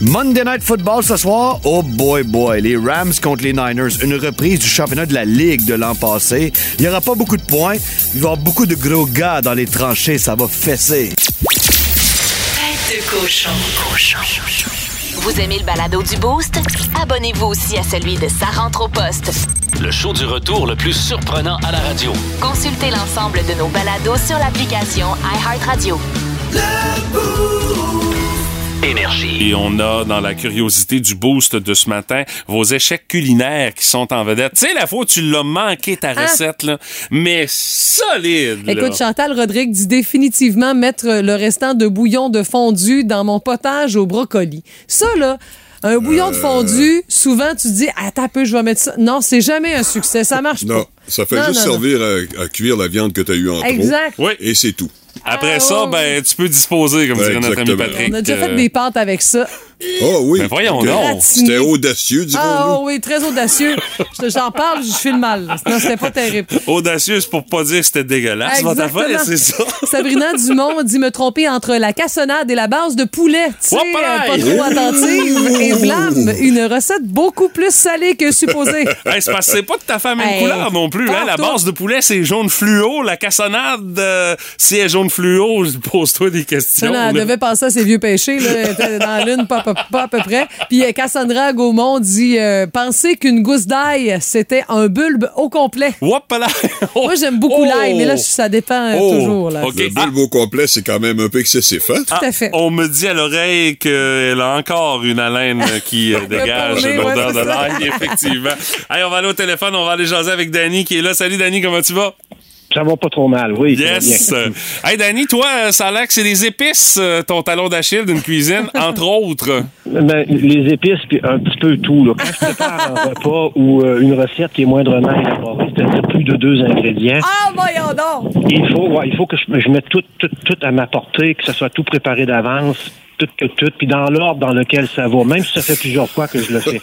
Speaker 9: Monday Night Football ce soir, oh boy boy, les Rams contre les Niners, une reprise du championnat de la Ligue de l'an passé. Il n'y aura pas beaucoup de points, il va y avoir beaucoup de gros gars dans les tranchées, ça va fesser.
Speaker 7: Tête de cochon. Cochon.
Speaker 3: Vous aimez le balado du Boost? Abonnez-vous aussi à celui de Sa rentre au poste.
Speaker 6: Le show du retour le plus surprenant à la radio.
Speaker 3: Consultez l'ensemble de nos balados sur l'application iHeartRadio.
Speaker 6: Énergie.
Speaker 2: Et on a dans la curiosité du boost de ce matin vos échecs culinaires qui sont en vedette. Tu sais, la fois où tu l'as manqué ta
Speaker 1: Ah.
Speaker 2: recette, là, mais solide. là.
Speaker 1: Écoute, Chantal Rodrigue dit définitivement mettre le restant de bouillon de fondue dans mon potage au brocoli. Ça, là, Un bouillon de
Speaker 10: Euh.
Speaker 1: fondu, souvent, tu te dis, ah, attends un peu, je vais mettre ça. Non, c'est jamais un succès. Ça marche
Speaker 10: Non,
Speaker 1: pas.
Speaker 10: ça fait
Speaker 1: Non,
Speaker 10: juste
Speaker 1: non, non.
Speaker 10: servir à, à cuire la viande que tu as eu en trop.
Speaker 1: Exact.
Speaker 2: Oui.
Speaker 10: Et c'est tout.
Speaker 2: Après
Speaker 1: Ah,
Speaker 2: ça,
Speaker 1: oui.
Speaker 2: ben, tu peux disposer, comme
Speaker 10: Ouais,
Speaker 2: dirait notre ami
Speaker 10: exactement.
Speaker 2: Patrick.
Speaker 1: On a déjà fait
Speaker 2: Euh,
Speaker 1: des pâtes avec ça.
Speaker 10: Oh oui.
Speaker 2: Ben voyons
Speaker 10: Ok.
Speaker 2: donc.
Speaker 10: C'était audacieux,
Speaker 1: Ah
Speaker 10: dirons-nous.
Speaker 1: oui, très audacieux. Je- J'en parle, je file mal. là. Non, c'était pas terrible.
Speaker 2: Audacieuse pour pas dire que c'était dégueulasse. votre affaire,
Speaker 1: Exactement.
Speaker 2: c'est ça.
Speaker 1: Sabrina Dumont dit me tromper entre la cassonade et la base de poulet. Tu sais,
Speaker 2: Hopalaï!
Speaker 1: euh, pas trop attentive. Et blâme, une recette beaucoup plus salée que supposée.
Speaker 2: Hey, c'est parce que c'est pas tout à fait la même
Speaker 1: Hey,
Speaker 2: couleur non plus. Hein? La
Speaker 1: partout.
Speaker 2: base de poulet, c'est jaune fluo. La cassonade, euh, si elle est jaune fluo, je pose-toi des
Speaker 1: Ça,
Speaker 2: questions.
Speaker 1: là, elle
Speaker 2: là.
Speaker 1: devait penser à ses vieux péchés, là, Elle était dans l'une, pas, pas- pas à peu près. Puis euh, Cassandra Gaumont dit euh, Pensez qu'une gousse d'ail, c'était un bulbe au complet.
Speaker 2: Hop là! Oh!
Speaker 1: Moi, j'aime beaucoup
Speaker 2: Oh!
Speaker 1: l'ail, mais là, ça dépend euh,
Speaker 2: Oh!
Speaker 1: toujours. Là.
Speaker 2: OK.
Speaker 10: Le
Speaker 2: Ah.
Speaker 10: bulbe au complet, c'est quand même un peu excessif, hein?
Speaker 1: Tout à fait.
Speaker 2: On me dit à l'oreille qu'elle a encore une haleine qui euh, dégage
Speaker 1: tourner, ouais,
Speaker 2: l'odeur
Speaker 1: c'est
Speaker 2: de
Speaker 1: ça.
Speaker 2: l'ail, effectivement. Hey, on va aller au téléphone, on va aller jaser avec Danny qui est là. Salut Danny, comment tu vas?
Speaker 11: Ça va pas trop mal, oui. ça va
Speaker 2: Yes!
Speaker 11: bien.
Speaker 2: Hey Danny, toi, euh, ça a l'air que c'est des épices, euh, ton talon d'Achille d'une cuisine, entre autres.
Speaker 11: Ben, les épices, puis un petit peu tout. Là. Quand je prépare un repas ou euh, une recette qui est moindrement élaborée, c'est-à-dire plus de deux ingrédients,
Speaker 1: Ah, voyons donc
Speaker 11: il faut, ouais, il faut que je, je mette tout, tout, tout à ma portée, que ce soit tout préparé d'avance, tout, tout, tout, puis dans l'ordre dans lequel ça va, même si ça fait plusieurs fois que je le fais.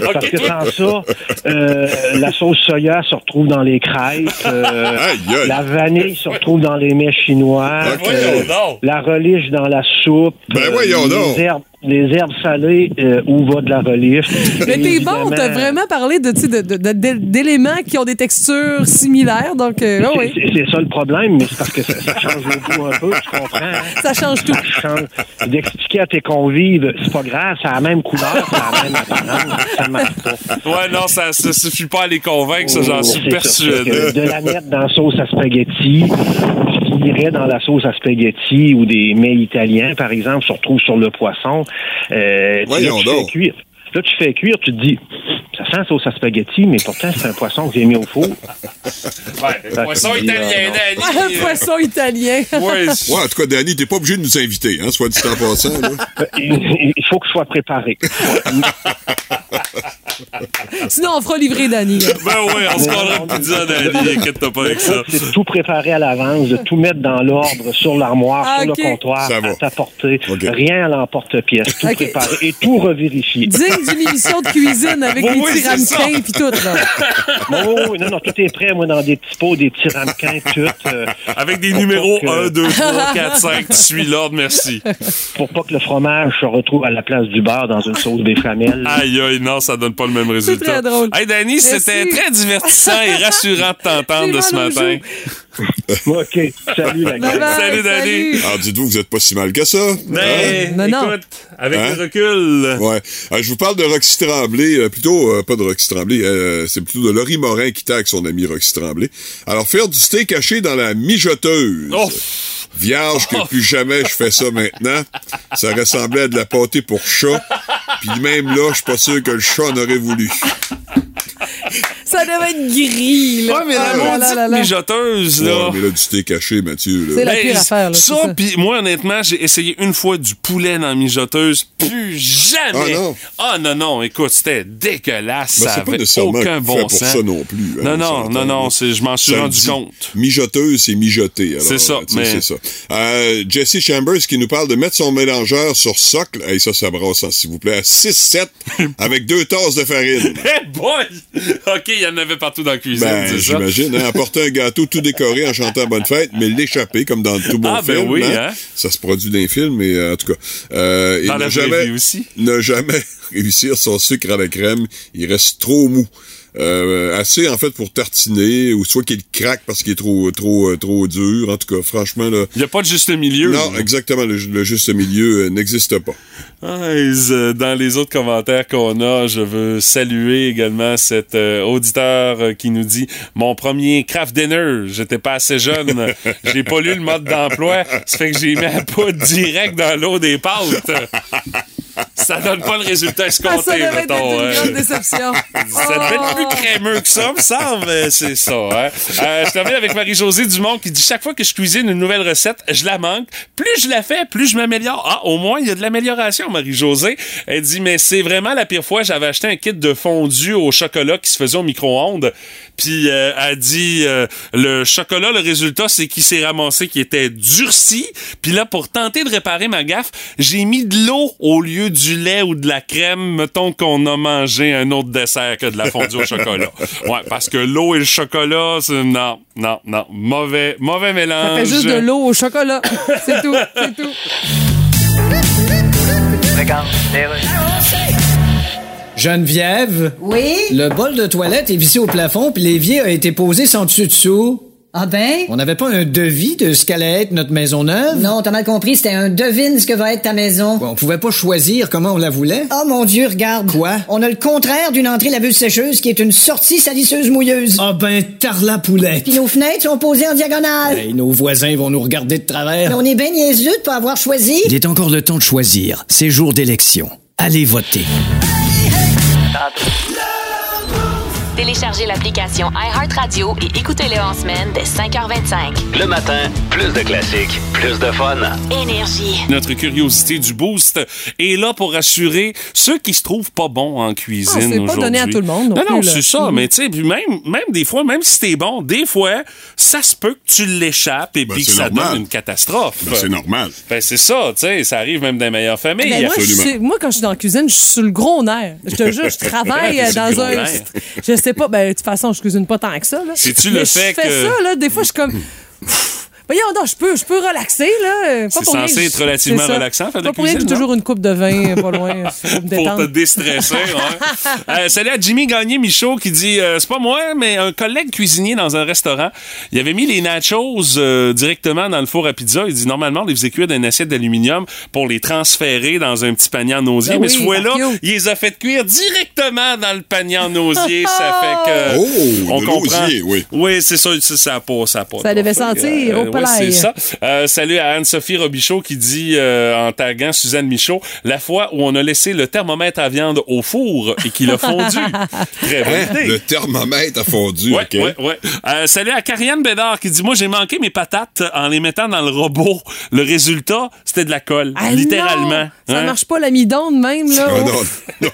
Speaker 11: Parce que sans ça, euh, la sauce soya se retrouve dans les crêpes, euh,
Speaker 10: Aïe, aïe.
Speaker 11: la vanille se retrouve dans les mets chinois,
Speaker 10: Ben
Speaker 11: euh,
Speaker 10: voyons
Speaker 2: donc.
Speaker 11: la relige dans la soupe, euh,
Speaker 10: Ben voyons
Speaker 11: les
Speaker 10: donc.
Speaker 11: herbes, les herbes salées euh, où va de la relige.
Speaker 1: Mais t'es bon,
Speaker 11: Évidemment,
Speaker 1: t'as vraiment parlé de, tu sais, de- de- de- de- d'éléments qui ont des textures similaires, donc euh, ah
Speaker 11: c'est-
Speaker 1: oui,
Speaker 11: C'est c'est ça le problème, mais c'est parce que ça, ça change le goût un peu, tu comprends? hein?
Speaker 1: ça change tout.
Speaker 11: Ça change. D'expliquer à tes convives, c'est pas grave, ça a la même couleur, ça a la même apparence, ça marche pas.
Speaker 2: Ouais, non, ça, ça suffit pas à les convaincre, ça, j'en suis
Speaker 11: C'est sûr
Speaker 2: persuadé.
Speaker 11: que De la mettre dans la sauce à spaghetti, ce qui irait dans la sauce à spaghetti ou des mets italiens, par exemple, se retrouve sur le poisson. Euh,
Speaker 10: Voyons
Speaker 11: là, tu
Speaker 10: donc.
Speaker 11: Fais cuire. Là, tu fais cuire, tu te dis, ça sent la sauce à spaghetti, mais pourtant, c'est un poisson que j'ai mis au four.
Speaker 2: Ouais, poisson italien,
Speaker 1: Un
Speaker 2: Danny. euh,
Speaker 1: poisson italien.
Speaker 2: Ouais,
Speaker 10: Ouais, en tout cas, Danny, t'es pas obligé de nous inviter, hein, soit dit en passant. Là.
Speaker 11: Il il faut que je sois préparé.
Speaker 1: Sinon, on fera livrer Dani.
Speaker 2: ben oui, on se parlera de pizza, Danny, inquiète-toi pas avec ça.
Speaker 11: C'est de tout préparer à l'avance, de tout mettre dans l'ordre sur l'armoire,
Speaker 1: Ah,
Speaker 11: sur
Speaker 1: ok.
Speaker 11: le comptoir,
Speaker 10: Ça va.
Speaker 11: à ta portée.
Speaker 10: Ok.
Speaker 11: Rien à l'emporte-pièce. Tout
Speaker 1: Ok.
Speaker 11: préparé et tout revérifier.
Speaker 1: Digne d'une émission de cuisine avec
Speaker 2: Oui,
Speaker 1: les
Speaker 2: oui,
Speaker 1: petits
Speaker 2: c'est
Speaker 1: ramequins
Speaker 2: ça.
Speaker 1: et tout. Là.
Speaker 11: Oh, oui, non, non, tout est prêt, moi, dans des petits pots, des petits ramequins, tout, euh,
Speaker 2: Avec des numéros
Speaker 11: que-
Speaker 1: euh,
Speaker 2: 1, 2, 3, 4, 5, tu suis l'ordre, merci.
Speaker 11: pour pas que le fromage se retrouve à la place du beurre dans une sauce béchamel.
Speaker 2: Aïe, aïe, non, ça donne pas le même résultat.
Speaker 1: très drôle.
Speaker 2: Hey, Danny,
Speaker 1: Merci.
Speaker 2: c'était très divertissant et rassurant de t'entendre de
Speaker 1: J'ai
Speaker 2: ce
Speaker 1: mal aux
Speaker 2: matin.
Speaker 11: OK, salut la gang.
Speaker 1: Bye bye,
Speaker 2: Salut, Dani.
Speaker 10: Alors, Ah, dites-vous, vous êtes pas si mal que ça.
Speaker 2: Mais,
Speaker 1: Non, non.
Speaker 2: Eh, écoute, avec
Speaker 10: Hein?
Speaker 2: le recul,
Speaker 10: Ouais. Euh, je vous parle de Roxy Tremblay, euh, plutôt euh, pas de Roxy Tremblay, euh, c'est plutôt de Laurie Morin qui tague son ami Roxy Tremblay. Alors faire du steak caché dans la mijoteuse.
Speaker 2: Oh.
Speaker 10: Vierge que plus jamais je fais ça maintenant. Ça ressemblait à de la pâtée pour chat. Puis même là, je suis pas sûr que le chat en aurait voulu.
Speaker 1: Ça devait être gris. Là.
Speaker 2: Ouais, mais la
Speaker 1: Ah, là, là, là,
Speaker 2: maudite
Speaker 1: là.
Speaker 2: mijoteuse,
Speaker 10: Ouais,
Speaker 2: là.
Speaker 10: mais là, du steak caché, Mathieu. Là.
Speaker 1: C'est la
Speaker 2: Ben,
Speaker 1: pire affaire, là,
Speaker 2: ça,
Speaker 1: c'est ça.
Speaker 2: puis moi, honnêtement, j'ai essayé une fois du poulet dans la mijoteuse. Plus jamais.
Speaker 10: Ah, non.
Speaker 2: Ah, non, non, Écoute, c'était dégueulasse.
Speaker 10: Ben,
Speaker 2: ça
Speaker 10: c'est pas
Speaker 2: avait
Speaker 10: nécessairement
Speaker 2: aucun
Speaker 10: fait
Speaker 2: bon
Speaker 10: pour
Speaker 2: sens.
Speaker 10: ça non plus, hein,
Speaker 2: non,
Speaker 10: on
Speaker 2: non,
Speaker 10: s'entend,
Speaker 2: non,
Speaker 10: là.
Speaker 2: non, c'est- je m'en suis
Speaker 10: Ça
Speaker 2: rendu
Speaker 10: dit,
Speaker 2: compte.
Speaker 10: Mijoteuse, c'est mijoté. alors, hein,
Speaker 2: C'est ça,
Speaker 10: tu sais,
Speaker 2: mais-
Speaker 10: C'est ça. Euh, Jesse Chambers qui nous parle de mettre son mélangeur sur socle. et ça, ça brasse, hein, s'il vous plaît, à 6-7 avec deux tasses de farine.
Speaker 2: Eh boy! OK, il y en avait partout dans la cuisine,
Speaker 10: Ben,
Speaker 2: c'est ça?
Speaker 10: j'imagine, hein, apporter un gâteau tout décoré en chantant Bonne Fête, mais l'échapper, comme dans tout bon
Speaker 2: Ah, ben
Speaker 10: film.
Speaker 2: oui,
Speaker 10: hein.
Speaker 2: hein.
Speaker 10: Ça se produit d'un film, mais euh, en tout cas. Euh, et
Speaker 2: Dans
Speaker 10: ne
Speaker 2: la vraie
Speaker 10: jamais,
Speaker 2: vie aussi.
Speaker 10: Ne jamais réussir son sucre à la crème, il reste trop mou. Euh, assez en fait pour tartiner ou soit qu'il craque parce qu'il est trop trop euh, trop dur en tout cas franchement là
Speaker 2: Il n'y a pas de juste milieu.
Speaker 10: non exactement le, le juste milieu euh, n'existe pas
Speaker 2: Ah, et, euh, dans les autres commentaires qu'on a, je veux saluer également cet euh, auditeur euh, qui nous dit mon premier craft dinner, j'étais pas assez jeune, j'ai pas lu le mode d'emploi, ça fait que j'ai mis la poudre direct dans l'eau des pâtes. ça donne pas le résultat
Speaker 1: Ah, ça
Speaker 2: escompté,
Speaker 1: devait être
Speaker 2: mettons.
Speaker 1: une
Speaker 2: hein.
Speaker 1: grande déception. Oh.
Speaker 2: Ça devait être plus crémeux que ça, me semble. mais C'est ça. Hein? Euh, je termine avec Marie-Josée Dumont qui dit chaque fois que je cuisine une nouvelle recette, je la manque. Plus je la fais, plus je m'améliore. Ah, au moins, il y a de l'amélioration, Marie-Josée. Elle dit mais c'est vraiment la pire fois. J'avais acheté un kit de fondue au chocolat qui se faisait au micro-ondes. Puis euh, elle dit euh, le chocolat, le résultat, c'est qu'il s'est ramassé, qui était durci. Puis là, pour tenter de réparer ma gaffe, j'ai mis de l'eau au lieu du lait ou de la crème. Mettons qu'on a mangé un autre dessert que de la fondue au chocolat. Ouais, parce que l'eau et le chocolat, c'est- non, non, non, mauvais, mauvais mélange.
Speaker 1: Ça fait juste de l'eau au chocolat. C'est tout. C'est tout. Ah,
Speaker 5: Geneviève?
Speaker 12: Oui?
Speaker 5: Le bol de toilette est vissé au plafond, puis l'évier a été posé sans dessus-dessous.
Speaker 12: Ah ben?
Speaker 5: On n'avait pas un devis de ce qu'allait être notre maison neuve?
Speaker 12: Non, t'as mal compris, c'était un devine ce que va être ta maison.
Speaker 5: On pouvait pas choisir comment on la voulait?
Speaker 12: Oh mon Dieu, regarde.
Speaker 5: Quoi?
Speaker 12: On a le contraire d'une entrée laveuse sécheuse qui est une sortie salisseuse mouilleuse.
Speaker 5: Ah ben, tarla poulette!
Speaker 12: Puis nos fenêtres sont posées en diagonale.
Speaker 5: Hey, nos voisins vont nous regarder de
Speaker 12: Mais
Speaker 5: travers.
Speaker 12: on est bien niaiseux de pas avoir choisi.
Speaker 5: Il est encore le temps de choisir. C'est jour d'élection. Allez voter.
Speaker 3: Téléchargez l'application iHeartRadio et écoutez-le en semaine dès 5h25.
Speaker 6: Le matin, plus de classiques, plus de fun.
Speaker 3: Énergie.
Speaker 2: Notre curiosité du boost est là pour rassurer ceux qui se trouvent pas bons en cuisine
Speaker 1: Ah, c'est pas
Speaker 2: aujourd'hui.
Speaker 1: donné à tout le monde non
Speaker 2: Non, non,
Speaker 1: plus, là.
Speaker 2: c'est ça.
Speaker 1: Mhm.
Speaker 2: Mais tu sais, puis même, même des fois, même si t'es bon, des fois, ça se peut que tu l'échappes et
Speaker 10: Ben,
Speaker 2: puis que
Speaker 10: c'est
Speaker 2: ça
Speaker 10: normal.
Speaker 2: donne une catastrophe.
Speaker 10: Ben, c'est normal.
Speaker 2: Ben, c'est ça, tu sais, ça arrive même dans les meilleures familles.
Speaker 1: Ben, moi, je sais- moi, quand je suis dans la cuisine, je suis sur le gros nerf. Je te jure, je travaille euh,
Speaker 2: Sur le
Speaker 1: dans
Speaker 2: gros
Speaker 1: un.
Speaker 2: nerf.
Speaker 1: Je sais pas. Ben, de toute façon, je cuisine pas tant que ça. Là.
Speaker 2: C'est-tu
Speaker 1: Mais
Speaker 2: le
Speaker 1: je
Speaker 2: fait
Speaker 1: fais
Speaker 2: que-
Speaker 1: ça, là. Des fois, je suis comme. Pff, Voyons donc, je peux, je peux relaxer, là. Pas
Speaker 2: C'est
Speaker 1: pour rien
Speaker 2: censé
Speaker 1: que je-
Speaker 2: être relativement
Speaker 1: c'est ça.
Speaker 2: relaxant, faire de la
Speaker 1: Pas pour rien que j'ai
Speaker 2: cuisine,
Speaker 1: toujours une coupe de vin, euh, pas loin, pour
Speaker 2: pour
Speaker 1: me
Speaker 2: te
Speaker 1: détendre.
Speaker 2: déstresser. ouais. Euh, salut à Jimmy Gagné Michaud qui dit euh, c'est pas moi mais un collègue cuisinier dans un restaurant, il avait mis les nachos euh, directement dans le four à pizza. Il dit normalement on les faisait cuire dans une assiette d'aluminium pour les transférer dans un petit panier en osier,
Speaker 1: Ben
Speaker 2: mais
Speaker 1: oui,
Speaker 2: ce fois-là,
Speaker 1: Marc-Yo.
Speaker 2: il les a fait cuire directement dans le panier en osier. ça fait que
Speaker 10: Oh,
Speaker 2: on
Speaker 10: de
Speaker 2: comprend.
Speaker 10: l'osier, oui.
Speaker 2: Oui, c'est ça, ça, ça a pas, ça a pas.
Speaker 1: Ça devait sentir au
Speaker 2: oui,
Speaker 1: palais.
Speaker 2: c'est ça. Euh, salut à Anne-Sophie Robichaud qui dit, euh, en taguant Suzanne Michaud, la fois où on a laissé le thermomètre à viande au four et qu'il a fondu. Très
Speaker 10: Hein?
Speaker 11: Ah,
Speaker 2: bonne idée.
Speaker 10: Le thermomètre a fondu,
Speaker 2: Ouais,
Speaker 10: OK?
Speaker 2: ouais, ouais. Euh, salut à Karianne Bédard qui dit Moi, j'ai manqué mes patates en les mettant dans le robot. Le résultat, c'était de la colle.
Speaker 1: Ah,
Speaker 2: littéralement.
Speaker 1: non! Ça
Speaker 2: Hein?
Speaker 1: marche pas l'amidon de même, là.
Speaker 10: Ah, non, non.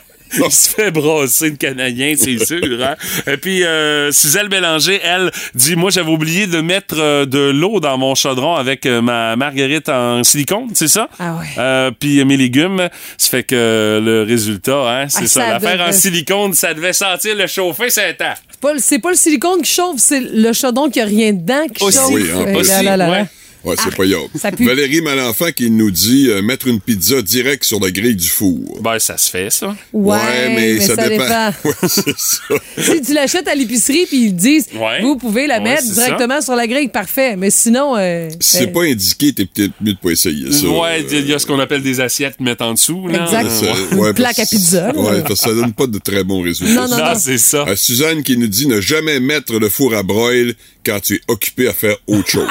Speaker 2: Il se fait brasser le Canadien, c'est sûr. hein. Et puis, euh, Suzelle Bélanger, elle, dit Moi, j'avais oublié de mettre euh, de l'eau dans mon chaudron avec euh, ma marguerite en silicone, c'est ça
Speaker 1: Ah ouais.
Speaker 2: Euh, puis euh, mes légumes, ça fait que le résultat, hein, c'est
Speaker 1: Ah,
Speaker 2: ça.
Speaker 1: ça
Speaker 2: L'affaire en
Speaker 1: devait-
Speaker 2: silicone, ça devait sentir le chauffer, c'est un
Speaker 1: C'est pas, le- c'est pas le silicone qui chauffe, c'est le chaudon qui a rien dedans qui
Speaker 2: Aussi,
Speaker 1: chauffe.
Speaker 10: oui, hein,
Speaker 1: Eh là,
Speaker 10: aussi,
Speaker 1: là, là, là.
Speaker 2: ouais.
Speaker 10: Ouais, c'est pas yop.
Speaker 1: ça pue.
Speaker 10: Valérie Malenfant qui nous dit euh, mettre une pizza direct sur la grille du four.
Speaker 2: Ben, ça se fait, ça.
Speaker 1: Ouais, mais, ça, dépend.
Speaker 10: Ouais, c'est ça.
Speaker 1: si tu l'achètes à l'épicerie puis ils te disent
Speaker 2: Ouais.
Speaker 1: vous pouvez la
Speaker 2: Hein? Ouais,
Speaker 1: mettre
Speaker 2: c'est
Speaker 1: directement sur la grille, parfait. Mais sinon euh,
Speaker 10: Si c'est
Speaker 1: ben,
Speaker 10: pas indiqué, t'es peut-être mieux de pas essayer ça. euh,
Speaker 2: ouais, il y a ce qu'on appelle des assiettes qui mettent en dessous. là.
Speaker 1: Exact.
Speaker 10: Ça-
Speaker 2: Ouais.
Speaker 1: Une
Speaker 10: ouais,
Speaker 1: plaque
Speaker 10: parce-
Speaker 1: à pizza, là.
Speaker 10: Ouais, parce que ça donne pas de très bons résultats.
Speaker 1: Non, non,
Speaker 2: Non,
Speaker 1: non.
Speaker 2: c'est ça.
Speaker 10: À Suzanne qui nous dit ne jamais mettre le four à broil quand tu es occupé à faire autre chose.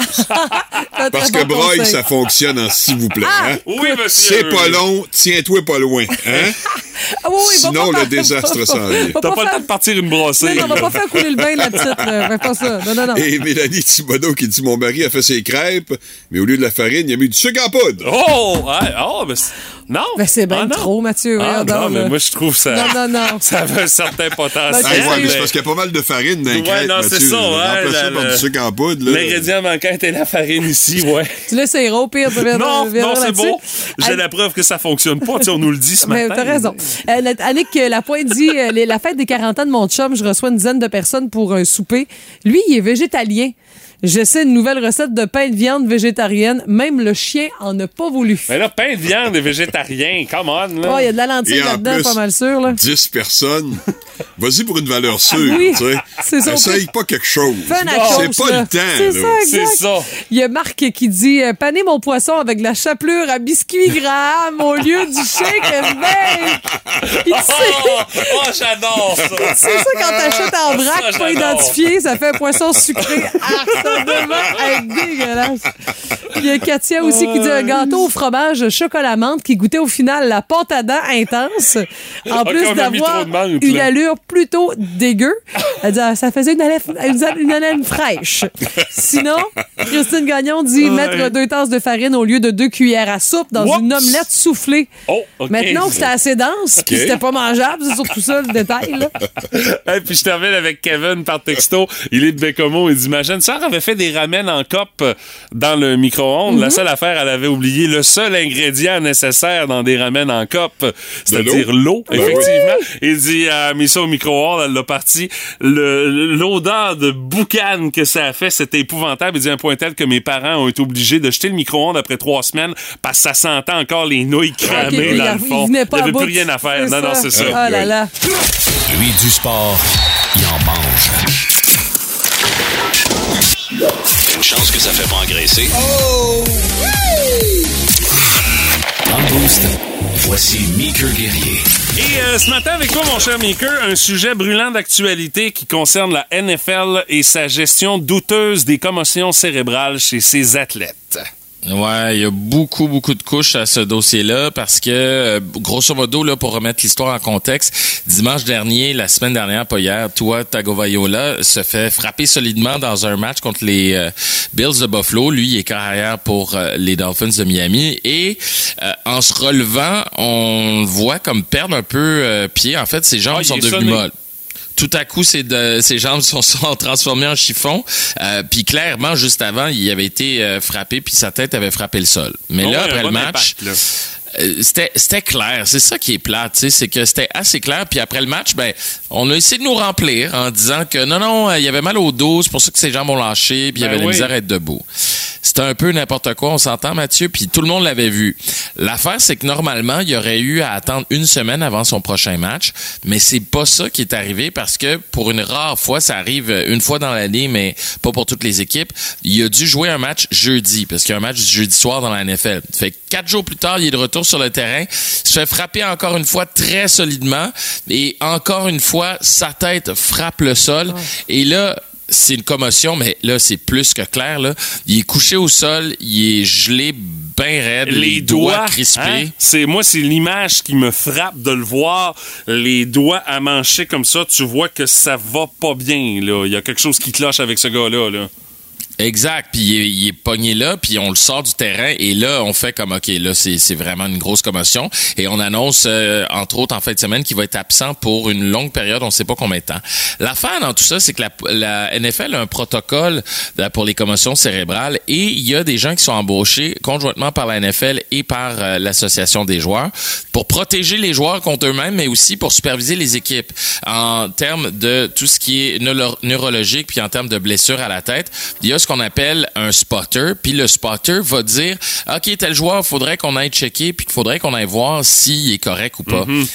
Speaker 1: t'as
Speaker 10: Parce
Speaker 1: Ah, très
Speaker 10: que
Speaker 1: bon
Speaker 10: broil,
Speaker 1: conseil. Ah,
Speaker 10: ça fonctionne en s'il vous plaît. hein?
Speaker 2: Oui, monsieur.
Speaker 10: C'est pas long, tiens-toi pas loin. Hein?
Speaker 1: Ah oui, oui, va
Speaker 10: Sinon,
Speaker 1: pas
Speaker 10: le
Speaker 1: faire-
Speaker 10: désastre
Speaker 1: va
Speaker 10: s'en
Speaker 1: va
Speaker 10: vient.
Speaker 2: T'as
Speaker 1: pas
Speaker 2: pas le
Speaker 1: faire-
Speaker 2: temps de partir une brossée.
Speaker 1: Non, non, on va pas faire couler le bain la petite. là. Fais pas ça. Non, non, non.
Speaker 2: Eh
Speaker 10: Et Mélanie Thibodeau qui dit Mon mari a fait ses crêpes, mais au lieu de la farine, il a mis du sucre en poudre.
Speaker 2: Oh! ouais, oh, ben, c'est- non!
Speaker 1: Ben, c'est bien
Speaker 2: Ah, non.
Speaker 1: trop, Mathieu.
Speaker 2: Ah,
Speaker 1: voyons
Speaker 2: non,
Speaker 1: donc,
Speaker 2: mais
Speaker 1: là.
Speaker 2: moi, je trouve ça.
Speaker 1: Non, non, non.
Speaker 2: Ça avait un certain potentiel.
Speaker 1: Ben,
Speaker 10: Ah, ouais,
Speaker 1: c'est-
Speaker 10: mais c'est parce qu'il y a pas mal de farine dans les
Speaker 2: Ouais,
Speaker 10: crêpes.
Speaker 2: non, c'est
Speaker 10: Mathieu.
Speaker 2: ça, ouais,
Speaker 10: Remplace ça
Speaker 2: la-
Speaker 10: par
Speaker 2: la-
Speaker 10: du sucre en poudre. là.
Speaker 2: L'ingrédient manquant était la farine ici, ouais.
Speaker 1: Tu laisses c'est au pire. tu reviendras-
Speaker 2: Non, non,
Speaker 1: reviendras
Speaker 2: c'est
Speaker 1: là-dessus.
Speaker 2: beau. J'ai
Speaker 1: Anne-
Speaker 2: la preuve que ça fonctionne pas. Tu sais, on nous le dit ce
Speaker 1: Mais
Speaker 2: matin.
Speaker 1: t'as raison. Euh, la- Annick euh, Lapointe dit euh, les- La fête des 40 ans de mon chum, je reçois une dizaine de personnes pour un souper. Lui, il est végétalien. J'essaie une nouvelle recette de pain de viande végétarienne. Même le chien en a pas voulu.
Speaker 2: Mais là, pain de viande et végétarien, come on, là.
Speaker 1: Oh, il y a de la lentille
Speaker 10: Et en
Speaker 1: là-dedans,
Speaker 10: plus,
Speaker 1: pas mal sûr. Là. Ah
Speaker 10: 10 personnes. Vas-y pour une valeur sûre.
Speaker 1: oui,
Speaker 10: tu sais.
Speaker 1: c'est ça,
Speaker 10: Essaye pas quelque chose.
Speaker 1: Fais un
Speaker 10: C'est
Speaker 1: accroche,
Speaker 10: pas
Speaker 1: là.
Speaker 10: le temps.
Speaker 1: C'est
Speaker 10: là.
Speaker 1: ça,
Speaker 2: C'est
Speaker 1: exact.
Speaker 2: ça.
Speaker 1: Il y a Marc qui dit euh, paner mon poisson avec de la chapelure à biscuits Graham au lieu du shake and bake. Il sait-
Speaker 2: Oh, oh, j'adore ça.
Speaker 1: C'est ça, quand t'achètes en vrac,
Speaker 2: Ça,
Speaker 1: pas
Speaker 2: j'adore.
Speaker 1: identifié, ça fait un poisson sucré. Ah, ça devait être dégueulasse. Il y a Katia aussi qui dit un gâteau au fromage chocolat menthe qui goûtait goûtait au final la pâte à dents intense, en
Speaker 2: Ah,
Speaker 1: plus
Speaker 2: qu'on a mis
Speaker 1: d'avoir
Speaker 2: trop de menthe,
Speaker 1: une
Speaker 2: là.
Speaker 1: allure plutôt dégueu. Elle dit, ah, ça faisait une haleine, une, une haleine fraîche. Sinon, Christine Gagnon dit
Speaker 2: Ouais.
Speaker 1: mettre deux tasses de farine au lieu de deux cuillères à soupe dans une
Speaker 2: Whoops.
Speaker 1: omelette soufflée.
Speaker 2: Oh, ok.
Speaker 1: Maintenant que c'était assez dense, puis
Speaker 2: Ok.
Speaker 1: c'était pas mangeable, c'est surtout ça le détail. là.
Speaker 2: Et puis je termine avec Kevin par texto. Il est de Bécomo. Il dit Ma jeune sœur avait fait des ramen en cope dans le micro-ondes.
Speaker 1: Mhm.
Speaker 2: La seule affaire, elle avait oublié le seul ingrédient nécessaire dans des ramen en cope, c'est-à-dire
Speaker 13: l'eau.
Speaker 2: l'eau,
Speaker 1: Ah
Speaker 13: Ben oui.
Speaker 2: effectivement. Il dit euh, Elle a mis ça au micro-ondes, elle l'a parti. Le- L'odeur de boucan que ça a fait, c'était épouvantable. Il dit à un point tel que mes parents ont été obligés de jeter le micro-ondes après trois semaines parce que ça sentait encore les nouilles
Speaker 1: Ah, Ok,
Speaker 2: cramées
Speaker 1: il-
Speaker 2: dans le
Speaker 1: il
Speaker 2: fond.
Speaker 1: venait pas à
Speaker 2: avait
Speaker 1: bout.
Speaker 2: plus rien à faire.
Speaker 1: C'est
Speaker 2: Non, non,
Speaker 1: ça.
Speaker 2: c'est ça.
Speaker 1: Ah là là.
Speaker 6: Lui, du sport, il en mange. Une chance que ça fait pas engraisser. Dans le boost, voici Meeker Guerrier.
Speaker 2: Et euh, ce matin avec toi, mon cher Maker, un sujet brûlant d'actualité qui concerne la NFL et sa gestion douteuse des commotions cérébrales chez ses athlètes.
Speaker 14: Ouais, il y a beaucoup, beaucoup de couches à ce dossier-là parce que, euh, grosso modo, là, pour remettre l'histoire en contexte, dimanche dernier, la semaine dernière, pas hier, toi, Tagovaiola se fait frapper solidement dans un match contre les euh, Bills de Buffalo. Lui, il est carrière pour euh, les Dolphins de Miami et euh, en se relevant, on le voit comme perdre un peu euh, pied. En fait, ses jambes
Speaker 2: Ah, il
Speaker 14: sont
Speaker 2: est
Speaker 14: devenues
Speaker 2: sonné.
Speaker 14: molles tout à coup, ses, de- ses jambes sont, sont transformées en chiffon. Euh, puis clairement, juste avant, il avait été euh, frappé, puis sa tête avait frappé le sol. Mais
Speaker 2: Ah
Speaker 14: là,
Speaker 2: ouais, un
Speaker 14: après le
Speaker 2: bon
Speaker 14: match,
Speaker 2: impact, là.
Speaker 14: euh, c'était c'était clair. C'est ça qui est plate, tu sais, c'est que c'était assez clair. Puis après le match, ben, on a essayé de nous remplir en disant que non, non, euh, il y avait mal au dos, c'est pour ça que ses jambes ont lâché, puis il y
Speaker 2: Ben
Speaker 14: avait la
Speaker 2: oui.
Speaker 14: misère à être debout. C'était un peu n'importe quoi, on s'entend, Mathieu, puis tout le monde l'avait vu. L'affaire, c'est que normalement, il y aurait eu à attendre une semaine avant son prochain match, mais c'est pas ça qui est arrivé parce que pour une rare fois, ça arrive euh, une fois dans l'année, mais pas pour toutes les équipes. Il a dû jouer un match jeudi, parce qu'il y a un match jeudi soir dans la NFL. Fait que quatre jours plus tard, il est de retour sur le terrain, se fait frapper encore une fois très solidement, et encore une fois, sa tête frappe le sol, et là, c'est une commotion, mais là, c'est plus que clair. Là. Il est couché au sol, il est gelé bien raide, les, doigts, crispés.
Speaker 2: hein, c'est moi, c'est l'image qui me frappe de le voir. Les doigts à mancher comme ça, tu vois que ça va pas bien. Là, il y a quelque chose qui cloche avec ce gars-là. Là.
Speaker 14: Exact. Puis il est, il est pogné là, puis on le sort du terrain et là on fait comme ok là c'est c'est vraiment une grosse commotion et on annonce euh, entre autres en fin de semaine qu'il va être absent pour une longue période, on ne sait pas combien de temps. L'affaire dans tout ça, c'est que la, la NFL a un protocole euh, pour les commotions cérébrales et il y a des gens qui sont embauchés conjointement par la NFL et par euh, l'association des joueurs pour protéger les joueurs contre eux-mêmes, mais aussi pour superviser les équipes en termes de tout ce qui est neuro- neurologique puis en termes de blessures à la tête. Il y a ce qu'on appelle un spotter, puis le spotter va dire OK, tel joueur, faudrait qu'on aille checker puis qu'il faudrait qu'on aille voir s'il est correct ou pas.
Speaker 2: Mhm.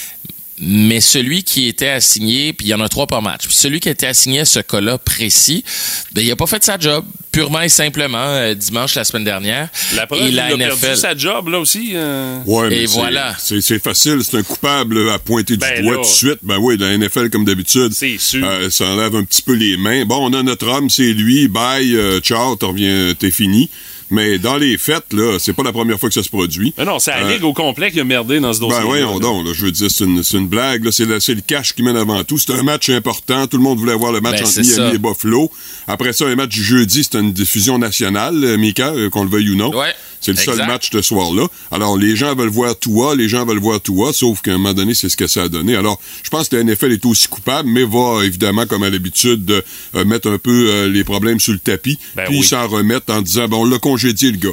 Speaker 14: Mais celui qui était assigné, puis il y en a trois par match, puis celui qui était assigné à ce cas-là précis, ben, il a pas fait sa job, purement et simplement, euh, dimanche la semaine dernière.
Speaker 2: La preuve,
Speaker 14: et
Speaker 2: il
Speaker 14: la
Speaker 2: a
Speaker 14: NFL.
Speaker 2: perdu sa job là aussi. euh.
Speaker 10: Ouais, mais
Speaker 14: Et
Speaker 10: c'est-
Speaker 14: voilà.
Speaker 10: C'est c'est facile, c'est un coupable à pointer
Speaker 2: Ben
Speaker 10: du doigt
Speaker 2: là.
Speaker 10: tout de suite. Ben oui, dans la NFL, comme d'habitude, euh, ça enlève un petit peu les mains. Bon, on a notre homme, c'est lui, bye, euh, ciao, t'en reviens, t'es fini. Mais dans les fêtes, là, c'est pas la première fois que ça se produit.
Speaker 2: Mais non, c'est la
Speaker 10: Euh,
Speaker 2: ligue au complet qui a merdé dans ce dossier.
Speaker 10: Ben voyons donc, là, je veux dire, c'est une, c'est une blague. là, C'est la- c'est le cash qui mène avant tout. C'est un match important. Tout le monde voulait voir le match
Speaker 14: Ben,
Speaker 10: entre
Speaker 14: c'est
Speaker 10: Miami
Speaker 14: ça.
Speaker 10: et Buffalo. Après ça, un match du jeudi, c'était une diffusion nationale, euh, Mika, euh, qu'on le veuille ou non. C'est le seul
Speaker 14: Exact.
Speaker 10: match ce soir-là. Alors, les gens veulent voir Tua, les gens veulent voir Tua, sauf qu'à un moment donné, c'est ce que ça a donné. Alors, je pense que la NFL est aussi coupable, mais va, évidemment, comme à l'habitude, de, euh, mettre un peu euh, les problèmes sur le tapis,
Speaker 14: Ben
Speaker 10: puis
Speaker 14: oui.
Speaker 10: s'en remettre en disant, bon, on l'a congédié, le gars.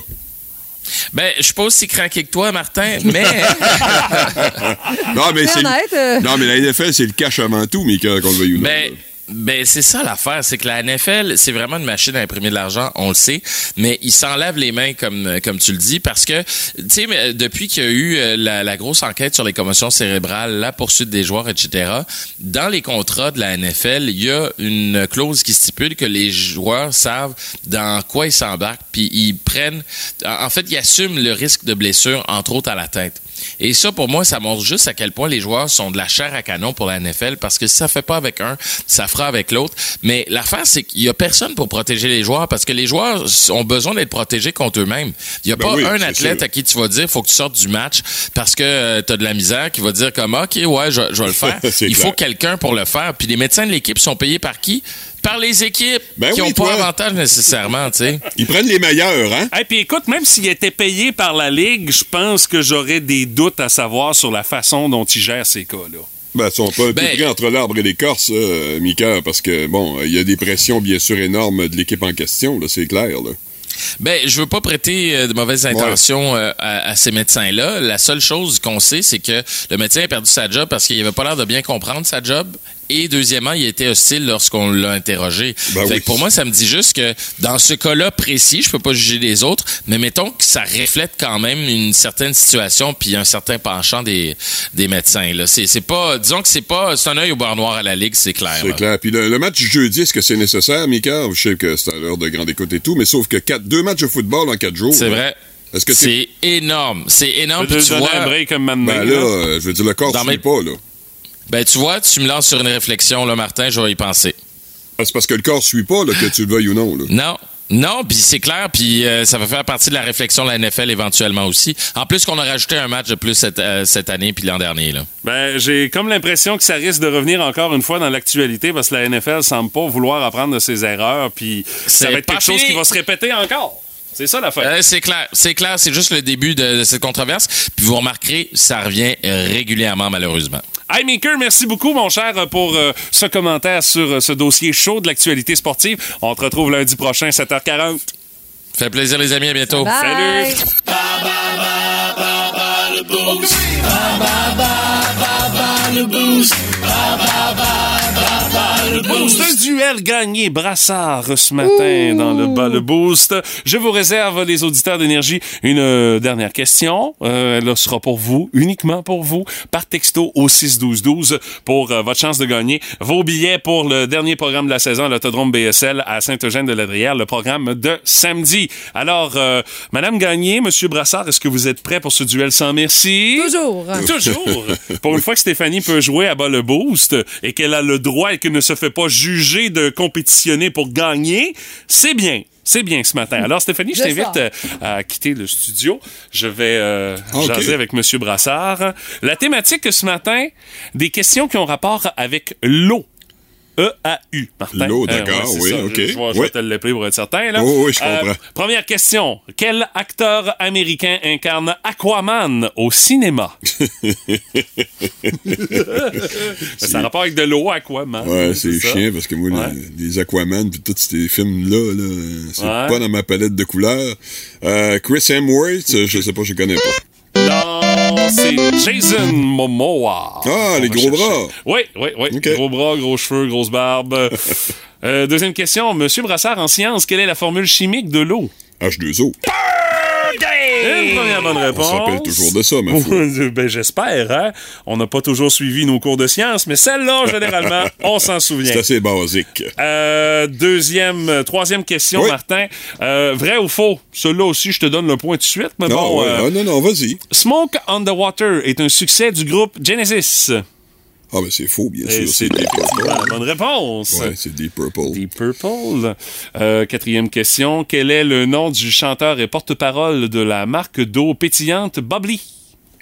Speaker 14: Ben, je suis pas aussi craqué que toi, Martin, mais.
Speaker 10: non, mais
Speaker 14: Très
Speaker 10: c'est.
Speaker 14: honnête, euh.
Speaker 10: Non, mais la NFL, c'est le cash avant tout, mais qu'on le veuille ou non.
Speaker 14: Ben, ben c'est ça l'affaire, c'est que la NFL, c'est vraiment une machine à imprimer de l'argent, on le sait, mais ils s'en lavent les mains comme euh, comme tu le dis parce que tu sais mais, euh, depuis qu'il y a eu euh, la, la grosse enquête sur les commotions cérébrales, la poursuite des joueurs, etc. Dans les contrats de la NFL, il y a une clause qui stipule que les joueurs savent dans quoi ils s'embarquent, puis ils prennent, en en fait, ils assument le risque de blessure entre autres à la tête. Et ça, pour moi, ça montre juste à quel point les joueurs sont de la chair à canon pour la NFL parce que si ça fait pas avec un, ça fera avec l'autre. Mais l'affaire, c'est qu'il y a personne pour protéger les joueurs parce que les joueurs ont besoin d'être protégés contre eux-mêmes. Il y a
Speaker 10: Ben
Speaker 14: pas
Speaker 10: oui,
Speaker 14: un
Speaker 10: c'est
Speaker 14: athlète
Speaker 10: sûr.
Speaker 14: à qui tu vas dire faut que tu sortes du match parce que euh, t'as de la misère qui va dire comme OK, ouais, je, je vais le faire.
Speaker 10: C'est
Speaker 14: Il faut
Speaker 10: clair.
Speaker 14: quelqu'un pour le faire. Puis les médecins de l'équipe sont payés par qui? Par les équipes qui
Speaker 10: Ben oui,
Speaker 14: ont pas
Speaker 10: toi.
Speaker 14: avantage nécessairement, tu sais.
Speaker 10: Ils prennent les meilleurs, hein?
Speaker 2: Et puis écoute, même s'il était payé par la Ligue, je pense que j'aurais des doutes à savoir sur la façon dont il gère ces cas-là.
Speaker 10: Ben, ils sont pas un peu pris entre l'arbre et l'écorce, euh, Mika, parce que, bon, euh, il y a des pressions, bien sûr, énormes de l'équipe en question, là, c'est clair, là.
Speaker 14: Ben, je veux pas prêter euh, de mauvaises intentions euh, à, à ces médecins-là. La seule chose qu'on sait, c'est que le médecin a perdu sa job parce qu'il avait pas l'air de bien comprendre sa job. Et deuxièmement, il était hostile lorsqu'on l'a interrogé.
Speaker 10: Ben
Speaker 14: Fait
Speaker 10: oui.
Speaker 14: que pour moi, ça me dit juste que dans ce cas-là précis, je peux pas juger les autres, mais mettons que ça reflète quand même une certaine situation puis un certain penchant des, des médecins. Là, c'est, c'est pas, disons que c'est pas, c'est un œil au beurre noir à la ligue, c'est clair.
Speaker 10: C'est
Speaker 14: là.
Speaker 10: clair. Puis le, le match jeudi, est-ce que c'est nécessaire, Mika? Je sais que c'est à l'heure de grande écoute et tout, mais sauf que quatre, deux matchs de football en quatre jours.
Speaker 14: C'est
Speaker 10: là.
Speaker 14: vrai.
Speaker 10: Est-ce que
Speaker 14: c'est énorme, c'est énorme.
Speaker 10: Peut-être
Speaker 14: puis tu
Speaker 10: donner
Speaker 14: vois,
Speaker 10: un break comme maintenant, Ben là, là. euh, je veux dire, le corps
Speaker 14: Dans
Speaker 10: suit
Speaker 14: mes-
Speaker 10: pas, là.
Speaker 14: Ben, tu vois, tu me lances sur une réflexion, là, Martin, je vais y penser.
Speaker 10: Ah, C'est parce que le corps suit pas, là, que tu le veuilles ou non, là.
Speaker 14: Non. Non, puis c'est clair, puis euh, ça va faire partie de la réflexion de la NFL éventuellement aussi. En plus qu'on a rajouté un match de plus cette, euh, cette année puis l'an dernier. Là.
Speaker 2: Ben, j'ai comme l'impression que ça risque de revenir encore une fois dans l'actualité parce que la NFL semble pas vouloir apprendre de ses erreurs, puis ça
Speaker 14: C'est
Speaker 2: va être
Speaker 14: pas
Speaker 2: quelque chose
Speaker 14: fini.
Speaker 2: qui va se répéter encore. C'est ça l'affaire.
Speaker 14: Euh, c'est clair, c'est clair, c'est juste le début de, de cette controverse. Puis vous remarquerez, ça revient régulièrement malheureusement.
Speaker 2: Hey Maker, merci beaucoup mon cher pour euh, ce commentaire sur euh, ce dossier chaud de l'actualité sportive. On te retrouve lundi prochain 7h40.
Speaker 14: Fait plaisir les amis, à bientôt.
Speaker 2: Salut. C'est un duel gagné brassard ce matin dans le bas le boost. Je vous réserve les auditeurs d'énergie une euh, dernière question. Euh, elle sera pour vous, uniquement pour vous, par texto au 6 12 12 pour euh, votre chance de gagner vos billets pour le dernier programme de la saison à l'autodrome BSL à Saint-Eugène-de-Ladrière, le programme de samedi. Alors euh, madame Gagné, monsieur Brassard, est-ce que vous êtes prêts pour ce duel sans merci
Speaker 1: Toujours.
Speaker 2: Toujours. Pour une fois que Stéphanie peut jouer à bas le boost et qu'elle a le droit et qu'elle ne se fait pas juger de compétitionner pour gagner, c'est bien. C'est bien ce matin. Alors, Stéphanie, je
Speaker 13: Je
Speaker 2: t'invite
Speaker 13: sors.
Speaker 2: euh, à quitter le studio. Je vais euh,
Speaker 13: Ok.
Speaker 2: jaser avec Monsieur Brassard. La thématique ce matin, des questions qui ont rapport avec l'eau. E-A-U, Martin.
Speaker 10: L'eau,
Speaker 2: Euh,
Speaker 10: d'accord,
Speaker 2: c'est
Speaker 10: oui,
Speaker 2: ça.
Speaker 10: ok.
Speaker 2: Je, je vais- je
Speaker 10: Oui.
Speaker 2: vais te l'appeler pour être certain. Là. Euh,
Speaker 10: Oh, oui, je comprends.
Speaker 2: première question. Quel acteur américain incarne Aquaman au cinéma? ça a rapport avec de l'eau, Aquaman. hein,
Speaker 10: Ouais, c'est
Speaker 2: ça.
Speaker 10: chiant parce que moi, les, les Aquaman puis tous ces films-là, là, euh, c'est
Speaker 2: Ouais.
Speaker 10: pas dans ma palette de couleurs. Euh, Chris Hemsworth, euh, je sais pas, je connais pas.
Speaker 2: Non, Oh, c'est Jason Momoa.
Speaker 10: Ah,
Speaker 2: va
Speaker 10: les gros
Speaker 2: chercher.
Speaker 10: bras.
Speaker 2: Oui, oui, oui. Gros bras, gros cheveux, grosse barbe. Euh, deuxième question. Monsieur Brassard, en sciences, quelle est la formule chimique de l'eau?
Speaker 10: H2O.
Speaker 2: Une première bonne
Speaker 10: On
Speaker 2: réponse.
Speaker 10: se rappelle toujours de ça, ma
Speaker 2: ben, j'espère, hein. On n'a pas toujours suivi nos cours de sciences, mais celle-là, généralement, on s'en souvient.
Speaker 10: C'est assez basique.
Speaker 2: Euh, deuxième, euh, troisième question, Martin. Euh, vrai ou faux? Celui-là aussi, je te donne le point tout de suite, mais
Speaker 10: Non,
Speaker 2: bon.
Speaker 10: ouais, Ah,
Speaker 2: euh,
Speaker 10: non, non, non, vas-y.
Speaker 2: Smoke on the Water est un succès du groupe Genesis.
Speaker 10: Ah, ben c'est faux, bien
Speaker 2: Et
Speaker 10: sûr.
Speaker 2: c'est
Speaker 10: C'est des
Speaker 2: effectivement la bonne réponse.
Speaker 10: Ouais, c'est Deep Purple.
Speaker 2: Deep Purple. Euh, quatrième question. Quel est le nom du chanteur et porte-parole de la marque d'eau pétillante Bob Lee?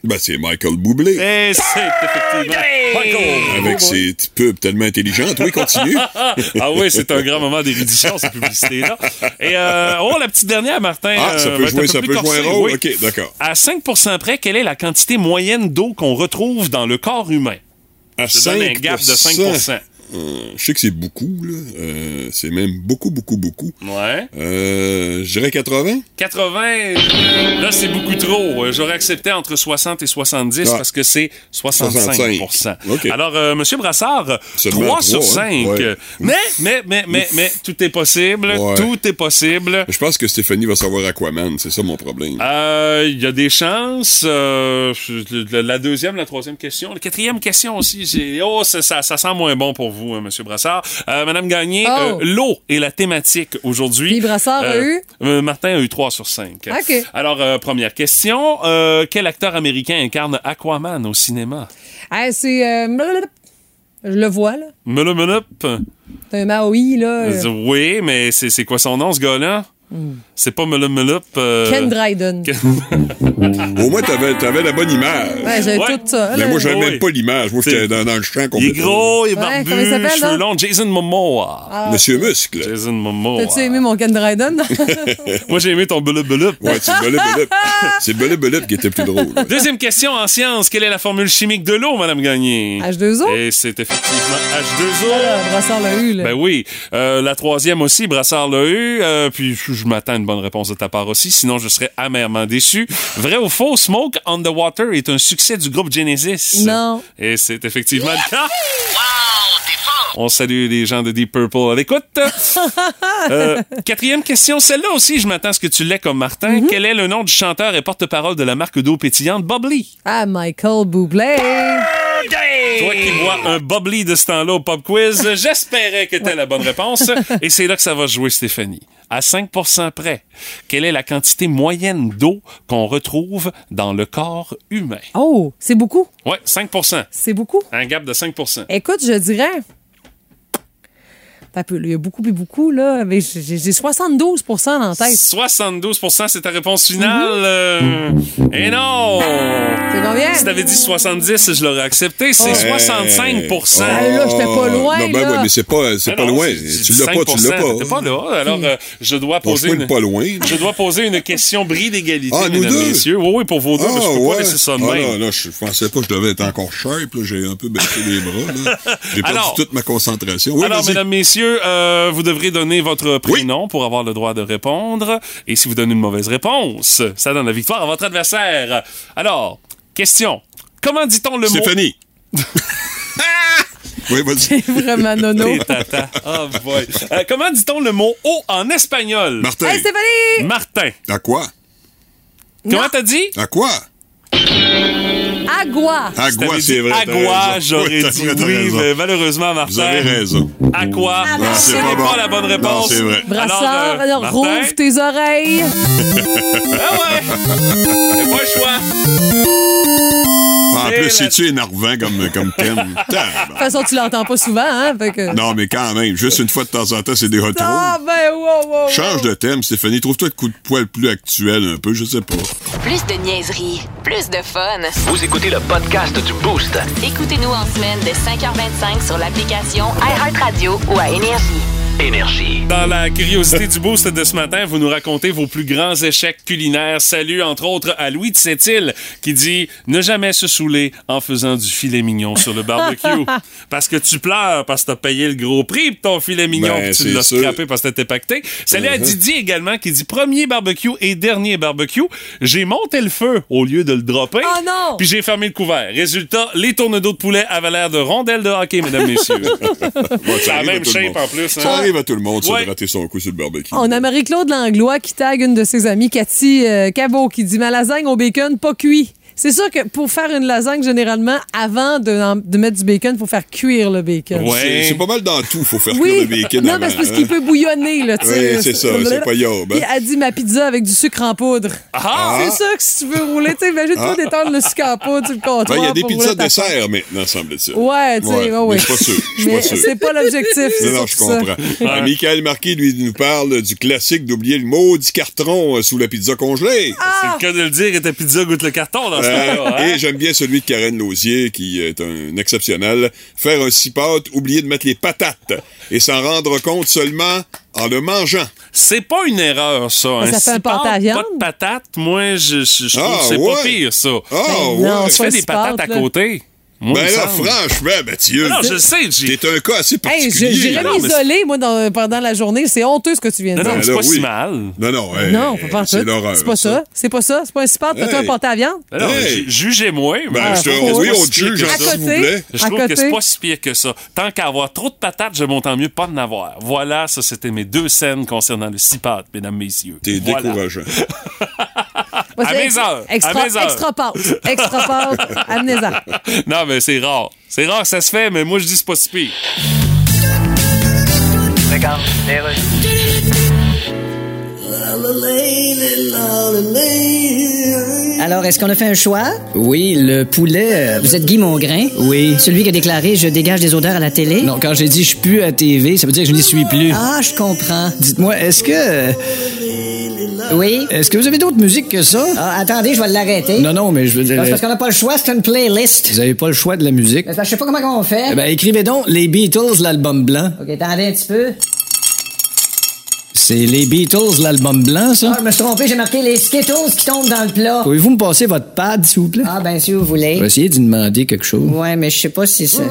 Speaker 10: Ben, c'est Michael Ah! Boublé.
Speaker 2: Et c'est effectivement Michael.
Speaker 10: Avec ses petites pubs tellement intelligentes. Oui, continue.
Speaker 2: ah oui, c'est un grand moment d'érudition, cette publicité-là. Et euh, oh, la petite dernière, Martin.
Speaker 10: Ah, ça
Speaker 2: euh,
Speaker 10: peut
Speaker 2: va être
Speaker 10: jouer,
Speaker 2: un peu
Speaker 10: ça
Speaker 2: plus
Speaker 10: peut jouer un
Speaker 2: corsée,
Speaker 10: rôle.
Speaker 2: oui.
Speaker 10: OK, ben, d'accord.
Speaker 2: À 5 près, quelle est la quantité moyenne d'eau qu'on retrouve dans le corps humain?
Speaker 10: À
Speaker 2: Je te donne un gap de 5
Speaker 10: Euh, je sais que c'est beaucoup, là. Euh, c'est même beaucoup, beaucoup, beaucoup.
Speaker 2: Ouais.
Speaker 10: Euh, je dirais 80.
Speaker 2: 80, là, c'est beaucoup trop. Euh, J'aurais accepté entre 60 et 70
Speaker 10: Ah.
Speaker 2: parce que c'est 65
Speaker 10: OK.
Speaker 2: Alors, euh, Monsieur Brassard,
Speaker 10: Seulement
Speaker 2: 3 sur
Speaker 10: trois,
Speaker 2: 5.
Speaker 10: hein? Ouais.
Speaker 2: Mais, mais, mais, mais, mais, tout est possible.
Speaker 10: Ouais.
Speaker 2: Tout est possible.
Speaker 10: Je pense que Stéphanie va savoir Aquaman. C'est ça mon problème.
Speaker 2: Euh, Il y a des chances. euh, la- la deuxième, la troisième question. La quatrième question aussi. c'est- Oh, ça, ça, ça sent moins bon pour vous. vous, hein, Monsieur Brassard. Euh, Madame Gagné, euh, l'eau est la thématique aujourd'hui.
Speaker 1: Oh. Puis Brassard a eu?
Speaker 2: euh, Martin a eu 3 sur 5.
Speaker 1: OK.
Speaker 2: Alors, euh, première question. Euh, quel acteur américain incarne Aquaman au cinéma?
Speaker 1: Ah, c'est. euh, blablabla. je le vois, là.
Speaker 2: Mulumunup.
Speaker 1: Euh. C'est un Maui, là. euh,
Speaker 2: Oui, mais c'est c'est quoi son nom, ce gars-là? C'est pas Mulumunup. euh,
Speaker 1: Hmm. Ken Dryden.
Speaker 10: Au moins, Ah, t'avais, t'avais la bonne image.
Speaker 1: Ouais, j'avais tout ça.
Speaker 10: Mais
Speaker 1: là.
Speaker 10: moi, j'avais même pas l'image. Moi, j'étais dans, dans le champ
Speaker 2: Il est gros, il est
Speaker 1: Ouais,
Speaker 2: barbu,
Speaker 1: comment il s'appelle,
Speaker 2: cheveux
Speaker 1: donc?
Speaker 2: longs. Jason Momoa.
Speaker 1: Ah.
Speaker 10: Monsieur Muscle.
Speaker 2: Jason Momoa.
Speaker 1: T'as-tu aimé mon Ken Dryden?
Speaker 2: Moi, j'ai aimé ton bulup bulup.
Speaker 10: Ouais, c'est le bulup bulup. C'est le bulup bulup qui était plus drôle.
Speaker 2: Deuxième question en science. Quelle est la formule chimique de l'eau, Madame Gagné?
Speaker 1: H2O?
Speaker 2: Et c'est effectivement H2O.
Speaker 1: Ah, Brassard l'a eu, là.
Speaker 2: Ben oui. Euh, la troisième aussi, Brassard l'a eu. Euh, puis je je m'attends à une bonne réponse de ta part aussi, sinon je serais amèrement déçu. Vrai ou faux, Smoke on the Water est un succès du groupe Genesis.
Speaker 1: Non.
Speaker 2: Et c'est effectivement le cas. On salue les gens de Deep Purple à l'écoute. Euh, quatrième question, celle-là aussi, je m'attends à ce que tu l'aies comme Martin.
Speaker 1: Mhm.
Speaker 2: Quel est le nom du chanteur et porte-parole de la marque d'eau pétillante Bubbly?
Speaker 1: Ah, Michael Bublé.
Speaker 2: Toi qui vois un Bubbly de ce temps-là au pop quiz, j'espérais que t'aies la bonne réponse. Et c'est là que ça va jouer, Stéphanie. À 5 près, quelle est la quantité moyenne d'eau qu'on retrouve dans le corps humain?
Speaker 1: Oh, c'est beaucoup.
Speaker 2: Ouais, 5
Speaker 1: C'est beaucoup.
Speaker 2: Un gap de 5
Speaker 1: Écoute, je dirais. T'as peu, là, Il y a beaucoup, puis beaucoup, là. Mais j'ai- j'ai j'ai 72 en tête.
Speaker 2: 72 c'est ta réponse finale. euh, Et non!
Speaker 1: Mhm. C'est combien?
Speaker 2: Si t'avais dit 70, je l'aurais accepté. C'est
Speaker 10: Oh.
Speaker 2: 65
Speaker 10: Hey.
Speaker 1: là, j'étais pas loin,
Speaker 10: Non, ben
Speaker 1: là.
Speaker 10: ouais, mais c'est pas, c'est
Speaker 2: Mais
Speaker 10: pas
Speaker 2: non,
Speaker 10: loin.
Speaker 2: c'est- c'est
Speaker 10: Tu l'as pas, tu l'as
Speaker 2: 5%,
Speaker 10: pas.
Speaker 2: t'es pas là. Alors, euh, je dois
Speaker 10: Bon, je
Speaker 2: poser
Speaker 10: pointe
Speaker 2: une...
Speaker 10: pas loin.
Speaker 2: Je dois poser une question bris d'égalité,
Speaker 10: Ah, nous
Speaker 2: mesdames,
Speaker 10: deux?
Speaker 2: messieurs. Oui, oui, pour vos deux, mais je peux
Speaker 10: ouais.
Speaker 2: pas laisser ça de
Speaker 10: Ah,
Speaker 2: même.
Speaker 10: non, là, je pensais pas que je devais être encore sharp. là. J'ai un peu baissé les bras. là. J'ai perdu
Speaker 2: Alors-
Speaker 10: toute ma concentration. Oui,
Speaker 2: Alors,
Speaker 10: vas-y.
Speaker 2: mesdames, messieurs, euh, vous devrez donner votre prénom pour avoir le droit de répondre. Et si vous donnez une mauvaise réponse, ça donne la victoire à votre adversaire. Alors, question. Comment dit-on le
Speaker 10: Stéphanie. Oui, vas-y.
Speaker 1: Vraiment
Speaker 2: mot...
Speaker 1: nono.
Speaker 2: T'es tata. Oh boy. Euh, comment dit-on le mot eau en espagnol?
Speaker 10: Martin.
Speaker 1: Hey, Stéphanie!
Speaker 2: Martin.
Speaker 10: À quoi?
Speaker 2: Comment t'as dit?
Speaker 10: À quoi?
Speaker 1: Agua.
Speaker 10: À
Speaker 2: T'avais
Speaker 10: quoi,
Speaker 2: dit
Speaker 10: c'est vrai. t'as
Speaker 2: Agua,
Speaker 10: raison.
Speaker 2: j'aurais
Speaker 10: t'as
Speaker 2: dit
Speaker 10: vrai, t'as
Speaker 2: oui,
Speaker 10: raison.
Speaker 2: mais malheureusement, Martin.
Speaker 10: Vous avez raison.
Speaker 2: À quoi?
Speaker 1: Ah, ben,
Speaker 2: ce
Speaker 1: c'est
Speaker 2: n'est pas,
Speaker 1: pas
Speaker 10: bon.
Speaker 2: la bonne
Speaker 10: Non,
Speaker 2: réponse.
Speaker 10: c'est vrai.
Speaker 1: Brassard, alors,
Speaker 2: euh, Martin?
Speaker 1: rouvre tes oreilles.
Speaker 2: Ah ouais! C'est pas le choix.
Speaker 10: En
Speaker 2: C'est
Speaker 10: plus,
Speaker 2: la-
Speaker 10: si tu es énervant comme, comme thème.
Speaker 1: De toute façon, tu l'entends pas souvent, hein? Fait que...
Speaker 10: ben. Non, mais quand même, juste une fois de temps en temps, c'est des hot rolls.
Speaker 1: Ah, ben, wow, wow, wow.
Speaker 10: Change de thème, Stéphanie. Trouve-toi de coup de poil plus actuel un peu, je sais pas.
Speaker 3: Plus de niaiserie, plus de fun.
Speaker 6: Vous écoutez le podcast du Boost.
Speaker 3: Écoutez-nous en semaine de 5h25 sur l'application iHeartRadio ou à Énergie.
Speaker 6: Énergie.
Speaker 2: Dans la curiosité du boost de ce matin, vous nous racontez vos plus grands échecs culinaires. Salut, entre autres, à Louis de Sept-Îles, qui dit « Ne jamais se saouler en faisant du filet mignon sur le barbecue. parce que tu pleures parce que t'as payé le gros prix pour ton filet mignon,
Speaker 10: Ben,
Speaker 2: puis tu
Speaker 10: c'est
Speaker 2: l'as
Speaker 10: sûr. Uh-huh.
Speaker 2: scrappé parce que t'étais pacté. » Salut à Didier également, qui dit « Premier barbecue et dernier barbecue, j'ai monté le feu au lieu de le dropper.
Speaker 1: Oh non!
Speaker 2: Puis j'ai fermé le couvert. Résultat, les tournedos de poulet avalèrent de rondelles de hockey, mesdames, messieurs.
Speaker 10: Bon, ça
Speaker 2: la
Speaker 10: arrive à
Speaker 2: même
Speaker 10: tout le
Speaker 2: shape
Speaker 10: monde.
Speaker 2: en plus, hein.
Speaker 10: Ça arrive à tout le monde, ça,
Speaker 2: Ouais.
Speaker 10: de rater son coup sur le barbecue.
Speaker 1: On a Marie-Claude Langlois qui tag une de ses amies, Cathy euh, Cabot, qui dit ma lasagne au bacon pas cuit. C'est sûr que pour faire une lasagne, généralement, avant de, de mettre du bacon, il faut faire cuire le bacon.
Speaker 2: Ouais.
Speaker 10: C'est c'est pas mal dans tout, faut faire
Speaker 1: Oui,
Speaker 10: cuire le bacon
Speaker 1: non,
Speaker 10: avant,
Speaker 1: parce, parce
Speaker 10: hein.
Speaker 1: qu'il peut bouillonner, là, tu sais.
Speaker 10: Oui, c'est ça, c'est pas yob, hein.
Speaker 1: Puis elle dit ma pizza avec du sucre en poudre.
Speaker 2: Ah!
Speaker 1: C'est ça que si tu veux rouler, tu sais, imagine-toi d'étendre le sucre en poudre sur le comptoir.
Speaker 10: Ben, Ah! Il y a des
Speaker 1: pour
Speaker 10: pizzas
Speaker 1: rouler ta-
Speaker 10: dessert maintenant, semble-t-il.
Speaker 1: Ouais, tu sais, ouais, ouais.
Speaker 10: mais Je suis pas sûr. Je suis
Speaker 1: Mais
Speaker 10: pas sûr.
Speaker 1: c'est pas l'objectif. c'est
Speaker 10: Non, non, je
Speaker 1: surtout ça.
Speaker 10: comprends. Euh, Michael Marquis, lui, nous parle du classique d'oublier le maudit carton euh, sous la pizza congelée.
Speaker 1: Ah!
Speaker 2: C'est le cas de le dire et ta pizza goûte le carton dans ce
Speaker 10: Euh,
Speaker 2: cas-là. hein?
Speaker 10: et j'aime bien celui de Karen Lausier, qui est un exceptionnel. Faire un six pâtes, oublier de mettre les patates et s'en rendre compte seulement en le mangeant.
Speaker 2: C'est pas une erreur, ça. hein.
Speaker 1: fait
Speaker 2: Si
Speaker 1: un pâté
Speaker 2: parle
Speaker 1: à viande?
Speaker 2: Pas de patate, moi, je, je, je trouve
Speaker 10: Ah,
Speaker 2: que c'est pas
Speaker 10: ouais.
Speaker 2: pire, ça.
Speaker 10: Ah
Speaker 1: Ben non,
Speaker 10: ouais!
Speaker 1: c'est
Speaker 2: Tu fais
Speaker 1: pas
Speaker 2: des
Speaker 1: si pâte,
Speaker 2: patates à
Speaker 1: là.
Speaker 2: côté. Moi,
Speaker 10: Ben
Speaker 2: il me
Speaker 10: là,
Speaker 2: semble.
Speaker 10: franchement, Mathieu,
Speaker 2: Non, je le sais, j'ai.
Speaker 10: t'es un cas assez
Speaker 1: Hey,
Speaker 10: particulier. hein.
Speaker 1: je- j'irais
Speaker 2: Non, mais
Speaker 1: m'isoler, moi, dans- pendant la journée. C'est honteux ce que tu viens
Speaker 2: Non,
Speaker 1: de dire.
Speaker 2: non,
Speaker 10: Ben
Speaker 2: c'est
Speaker 10: là,
Speaker 2: pas si
Speaker 10: oui.
Speaker 2: mal.
Speaker 10: Non, non, hey,
Speaker 1: Non, pas partout.
Speaker 10: c'est l'horreur.
Speaker 1: C'est pas ça. C'est pas ça. C'est pas un cipar. T'as-tu
Speaker 10: Hey.
Speaker 1: un Ah, pâté à viande?
Speaker 2: Ben non,
Speaker 10: Hey.
Speaker 2: ju- Jugez-moi. mais
Speaker 10: Ben, je te-
Speaker 2: trouve que c'est
Speaker 10: oui,
Speaker 2: pas
Speaker 10: on
Speaker 2: si pire
Speaker 10: juge,
Speaker 2: que
Speaker 10: hein,
Speaker 2: ça.
Speaker 1: À
Speaker 10: s'il vous
Speaker 1: côté.
Speaker 10: plaît.
Speaker 2: Je
Speaker 1: à
Speaker 2: trouve que c'est
Speaker 1: côté.
Speaker 2: pas si pire que ça. Tant qu'à avoir trop de patates, je m'entends mieux pas en avoir. Voilà, ça, c'était mes deux scènes concernant le cipat, mesdames, messieurs.
Speaker 10: T'es
Speaker 2: Voilà.
Speaker 10: décourageant.
Speaker 1: Moi, c'est
Speaker 2: À mes
Speaker 1: ex-
Speaker 2: heures.
Speaker 1: Extra,
Speaker 2: À mes heures.
Speaker 1: extra pâte. Extra pâte. Amenez-en.
Speaker 2: non, mais c'est rare. C'est rare que ça se fait, mais moi, je dis c'est pas si pire.
Speaker 13: Regarde, les
Speaker 4: Alors, est-ce qu'on a fait un choix? Oui, le poulet.
Speaker 5: euh,
Speaker 4: Vous êtes Guy Mongrain? Oui. Celui qui a déclaré Je dégage des odeurs à la télé?
Speaker 5: Non, quand j'ai dit je pue à TV, ça veut dire que je n'y suis plus.
Speaker 4: Ah, je comprends.
Speaker 5: Dites-moi, est-ce que. euh,
Speaker 4: Oui?
Speaker 5: Est-ce que vous avez d'autres musiques que ça?
Speaker 4: Ah, attendez, je vais l'arrêter.
Speaker 5: Non, non, mais je veux dire.
Speaker 4: Non, Ah, c'est parce qu'on n'a pas le choix, c'est une playlist.
Speaker 5: Vous n'avez pas le choix de la musique.
Speaker 4: Mais c'est parce que je sais pas comment on fait.
Speaker 5: Eh Ben, écrivez donc Les Beatles, l'album blanc.
Speaker 4: OK, attendez un petit peu.
Speaker 5: C'est Les Beatles, l'album blanc,
Speaker 4: Ah,
Speaker 5: ça?
Speaker 4: je me suis trompé, j'ai marqué les Skittles qui tombent dans le plat.
Speaker 5: Pouvez-vous me passer votre pad, s'il vous plaît?
Speaker 4: Ah, ben, si vous voulez.
Speaker 5: Je vais essayer d'y demander quelque chose. Ah,
Speaker 4: Ouais, mais je sais pas si c'est...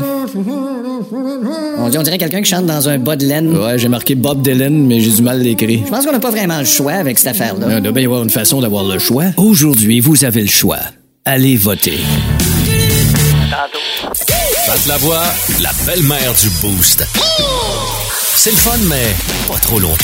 Speaker 4: On, dit- on dirait quelqu'un qui chante dans un bas de laine.
Speaker 5: Ouais, j'ai marqué Bob Dylan, mais j'ai du mal à l'écrire.
Speaker 4: Je pense qu'on n'a pas vraiment le choix avec cette affaire-là.
Speaker 5: Il doit bien y avoir une façon d'avoir le choix. Aujourd'hui, vous avez le choix. Allez voter.
Speaker 6: Pat Lavoie, la belle-mère du Boost. C'est le fun, mais pas trop longtemps.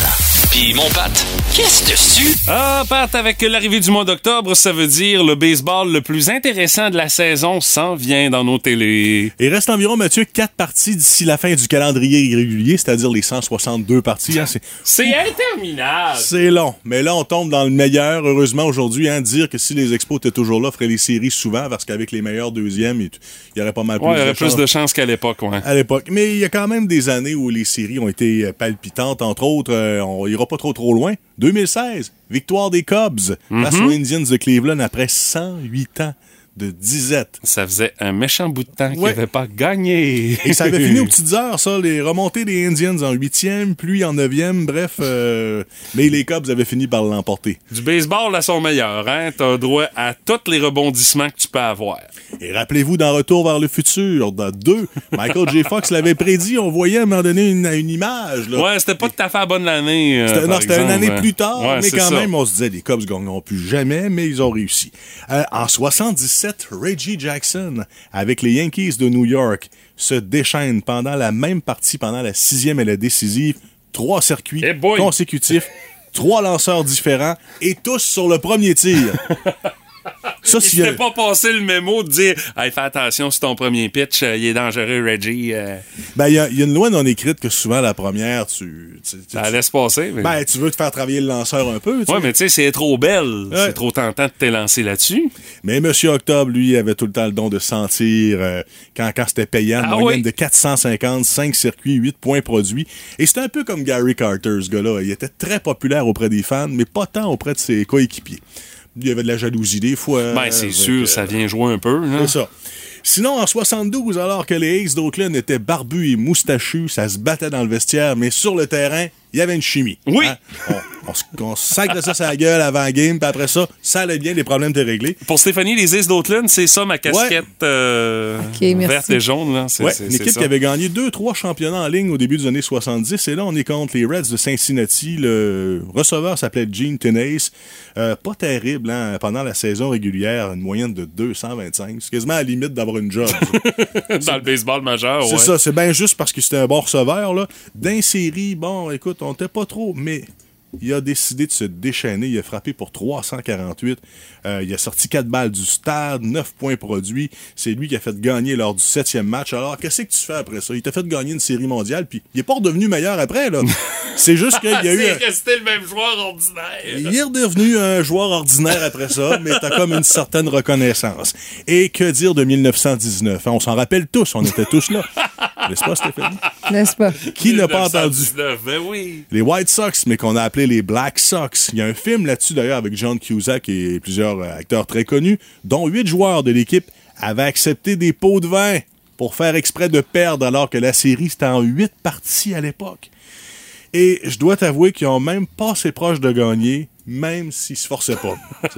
Speaker 6: Puis mon Pat, qu'est-ce dessus?
Speaker 2: Ah, Pat, avec l'arrivée du mois d'octobre, ça veut dire le baseball le plus intéressant de la saison s'en vient dans nos télés.
Speaker 15: Il reste environ, Mathieu, quatre parties d'ici la fin du calendrier irrégulier, c'est-à-dire les 162 parties. hein. C'est-
Speaker 2: C'est interminable!
Speaker 15: C'est long, mais là, on tombe dans le meilleur. Heureusement, aujourd'hui, hein, dire que si les expos étaient toujours là, ferait les séries souvent, parce qu'avec les meilleurs deuxièmes, il il y aurait pas mal
Speaker 2: Ouais, il y aurait
Speaker 15: chances.
Speaker 2: plus de chances qu'à l'époque, ouais.
Speaker 15: à l'époque. Mais il y a quand même des années où les séries ont été euh, palpitantes. Entre autres, euh, on ira pas trop trop loin. 2016, victoire des Cubs
Speaker 2: Mm-hmm.
Speaker 15: face aux Indians de Cleveland après 108 ans de disette.
Speaker 2: Ça faisait un méchant bout de temps qu'ils n'avaient pas gagné.
Speaker 15: Et ça avait fini aux petites heures, ça, les remontées des Indians en huitième, puis en neuvième, bref. euh, mais les Cubs avaient fini par l'emporter.
Speaker 2: Du baseball à son meilleur, hein? T'as droit à tous les rebondissements que tu peux avoir.
Speaker 15: Et rappelez-vous dans Retour vers le futur, dans 2, Michael J. Fox l'avait prédit, on voyait à un moment donné une, une image. Là.
Speaker 2: Ouais, c'était pas tout à fait la bonne année. euh,
Speaker 15: C'était, non,
Speaker 2: par
Speaker 15: c'était une
Speaker 2: exemple,
Speaker 15: année
Speaker 2: hein.
Speaker 15: plus tard,
Speaker 2: Ouais,
Speaker 15: mais
Speaker 2: c'est
Speaker 15: quand
Speaker 2: ça.
Speaker 15: même, on se disait, les Cubs gagneront plus jamais, mais ils ont réussi. Euh, en 77, Reggie Jackson, avec les Yankees de New York, se déchaîne pendant la même partie, pendant la sixième et la décisive, trois circuits
Speaker 2: Eh
Speaker 15: consécutifs, trois lanceurs différents, et tous sur le premier tir. Ça,
Speaker 2: Il
Speaker 15: s'il y a-
Speaker 2: s'était pas passé le mémo de dire Hey, fais attention sur ton premier pitch, euh, il est dangereux, Reggie. euh.
Speaker 15: Ben, il y, a- il y a une loi non écrite que souvent, la première, tu... tu- tu-
Speaker 2: Ça laisse passer. Ah, Mais...
Speaker 15: ben, tu veux te faire travailler le lanceur un peu. tu
Speaker 2: ouais,
Speaker 15: sais.
Speaker 2: mais tu sais, c'est trop belle. C'est trop tentant de te lancer là-dessus.
Speaker 15: Mais Monsieur Octobre, lui, avait tout le temps le don de sentir euh, quand, quand c'était payant, une
Speaker 2: Ah
Speaker 15: moyenne
Speaker 2: oui?
Speaker 15: de 450, 5 circuits, 8 points produits. Et c'était un peu comme Gary Carter, ce gars-là. Il était très populaire auprès des fans, mais pas tant auprès de ses coéquipiers. Il y avait de la jalousie des fois.
Speaker 2: Ben, c'est
Speaker 15: Avec,
Speaker 2: sûr,
Speaker 15: euh,
Speaker 2: ça vient jouer un peu. là.
Speaker 15: c'est ça. Sinon, en 72, alors que les Aces d'Oakland étaient barbus et moustachus, ça se battait dans le vestiaire, mais sur le terrain, il y avait une chimie. Oui! On, on, se- on se sacrait ça sur la gueule avant la game, puis après ça, ça allait bien, les problèmes étaient réglés.
Speaker 2: Pour Stéphanie, les Is d'Oakland, c'est ça ma casquette euh,
Speaker 15: merci.
Speaker 2: verte et jaune. Là. C'est,
Speaker 15: Ouais,
Speaker 2: c'est-
Speaker 15: une
Speaker 2: c'est
Speaker 15: équipe
Speaker 2: ça.
Speaker 15: qui avait gagné deux, trois championnats en ligne au début des années 70. Et là, on est contre les Reds de Cincinnati. Le receveur s'appelait Gene Tenace. Euh, pas terrible, hein, pendant la saison régulière, une moyenne de 225. C'est quasiment à la limite d'avoir une job.
Speaker 2: Dans le baseball majeur,
Speaker 15: C'est
Speaker 2: Ah ouais.
Speaker 15: ça, c'est bien juste parce que c'était un bon receveur. Là. Dans les séries, bon, écoute, on n'était pas trop, mais il a décidé de se déchaîner. Il a frappé pour 348. Euh, il a sorti 4 balles du stade, 9 points produits. C'est lui qui a fait gagner lors du septième match. Alors, qu'est-ce que tu fais après ça? Il t'a fait gagner une série mondiale, puis il n'est pas redevenu meilleur après. là. c'est juste qu'il y a eu... un-
Speaker 2: C'est resté le même joueur ordinaire.
Speaker 15: il est redevenu un joueur ordinaire après ça, mais t'as comme une certaine reconnaissance. Et que dire de 1919? hein? On s'en rappelle tous, on était tous là. N'est-ce pas, Stéphanie?
Speaker 1: N'est-ce pas?
Speaker 15: Qui n'a pas entendu
Speaker 2: 1919, Ben oui.
Speaker 15: les White Sox, mais qu'on a appelé les Black Sox. Il y a un film là-dessus d'ailleurs avec John Cusack et plusieurs euh, acteurs très connus, dont huit joueurs de l'équipe avaient accepté des pots de vin pour faire exprès de perdre alors que la série c'était en huit parties à l'époque. Et je dois t'avouer qu'ils ont même pas assez proche de gagner, même s'ils se forçaient pas.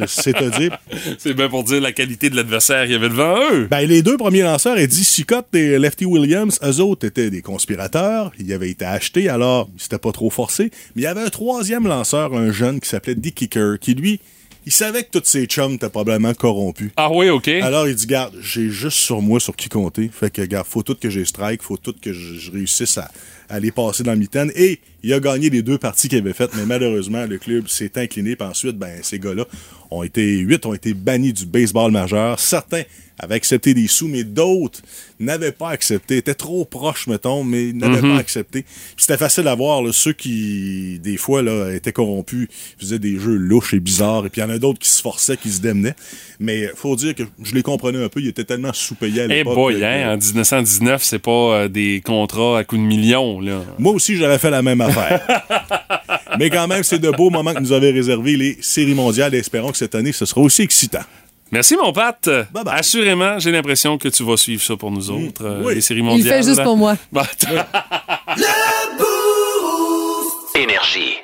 Speaker 15: C'est- C'est-à-dire,
Speaker 2: C'est bien pour dire la qualité de l'adversaire qu'il y avait devant eux.
Speaker 15: ben, les deux premiers lanceurs, Eddie Sicotte et Lefty Williams, eux autres étaient des conspirateurs. Ils avaient été achetés, alors c'était pas trop forcé. Mais il y avait un troisième lanceur, un jeune qui s'appelait Dick Kicker, qui lui, il savait que tous ses chums étaient probablement corrompus.
Speaker 2: Ah oui, OK.
Speaker 15: Alors il dit, garde, j'ai juste sur moi sur qui compter. Fait que, garde, faut tout que j'ai strike, faut tout que je, je réussisse à, à les passer dans le mitaine. Et il a gagné les deux parties qu'il avait faites, mais malheureusement, le club s'est incliné. Puis ensuite, ben, ces gars-là ont été, huit ont été bannis du baseball majeur. Certains avaient accepté des sous, mais d'autres n'avaient pas accepté, étaient trop proches, mettons, mais n'avaient
Speaker 13: Mhm.
Speaker 15: pas accepté. Puis C'était facile à voir, là, ceux qui, des fois, là, étaient corrompus, faisaient des jeux louches et bizarres, et puis il y en a d'autres qui se forçaient, qui se démenaient. Mais faut dire que je les comprenais un peu, ils étaient tellement sous-payés à
Speaker 2: Eh
Speaker 15: l'époque. euh,
Speaker 2: boy,
Speaker 15: là,
Speaker 2: hein, en 1919, c'est pas euh, des contrats à coups de millions, là.
Speaker 15: Moi aussi, j'aurais fait la même affaire. Mais quand même, c'est de beaux moments que nous avaient réservés les séries mondiales. et Espérons que cette année, ce sera aussi excitant.
Speaker 2: Merci, mon Pat. Assurément, j'ai l'impression que tu vas suivre ça pour nous autres, euh, les séries Bah,
Speaker 1: Il le
Speaker 2: mondiales.
Speaker 1: fait juste pour moi.
Speaker 2: Bon, attends.
Speaker 7: Énergie.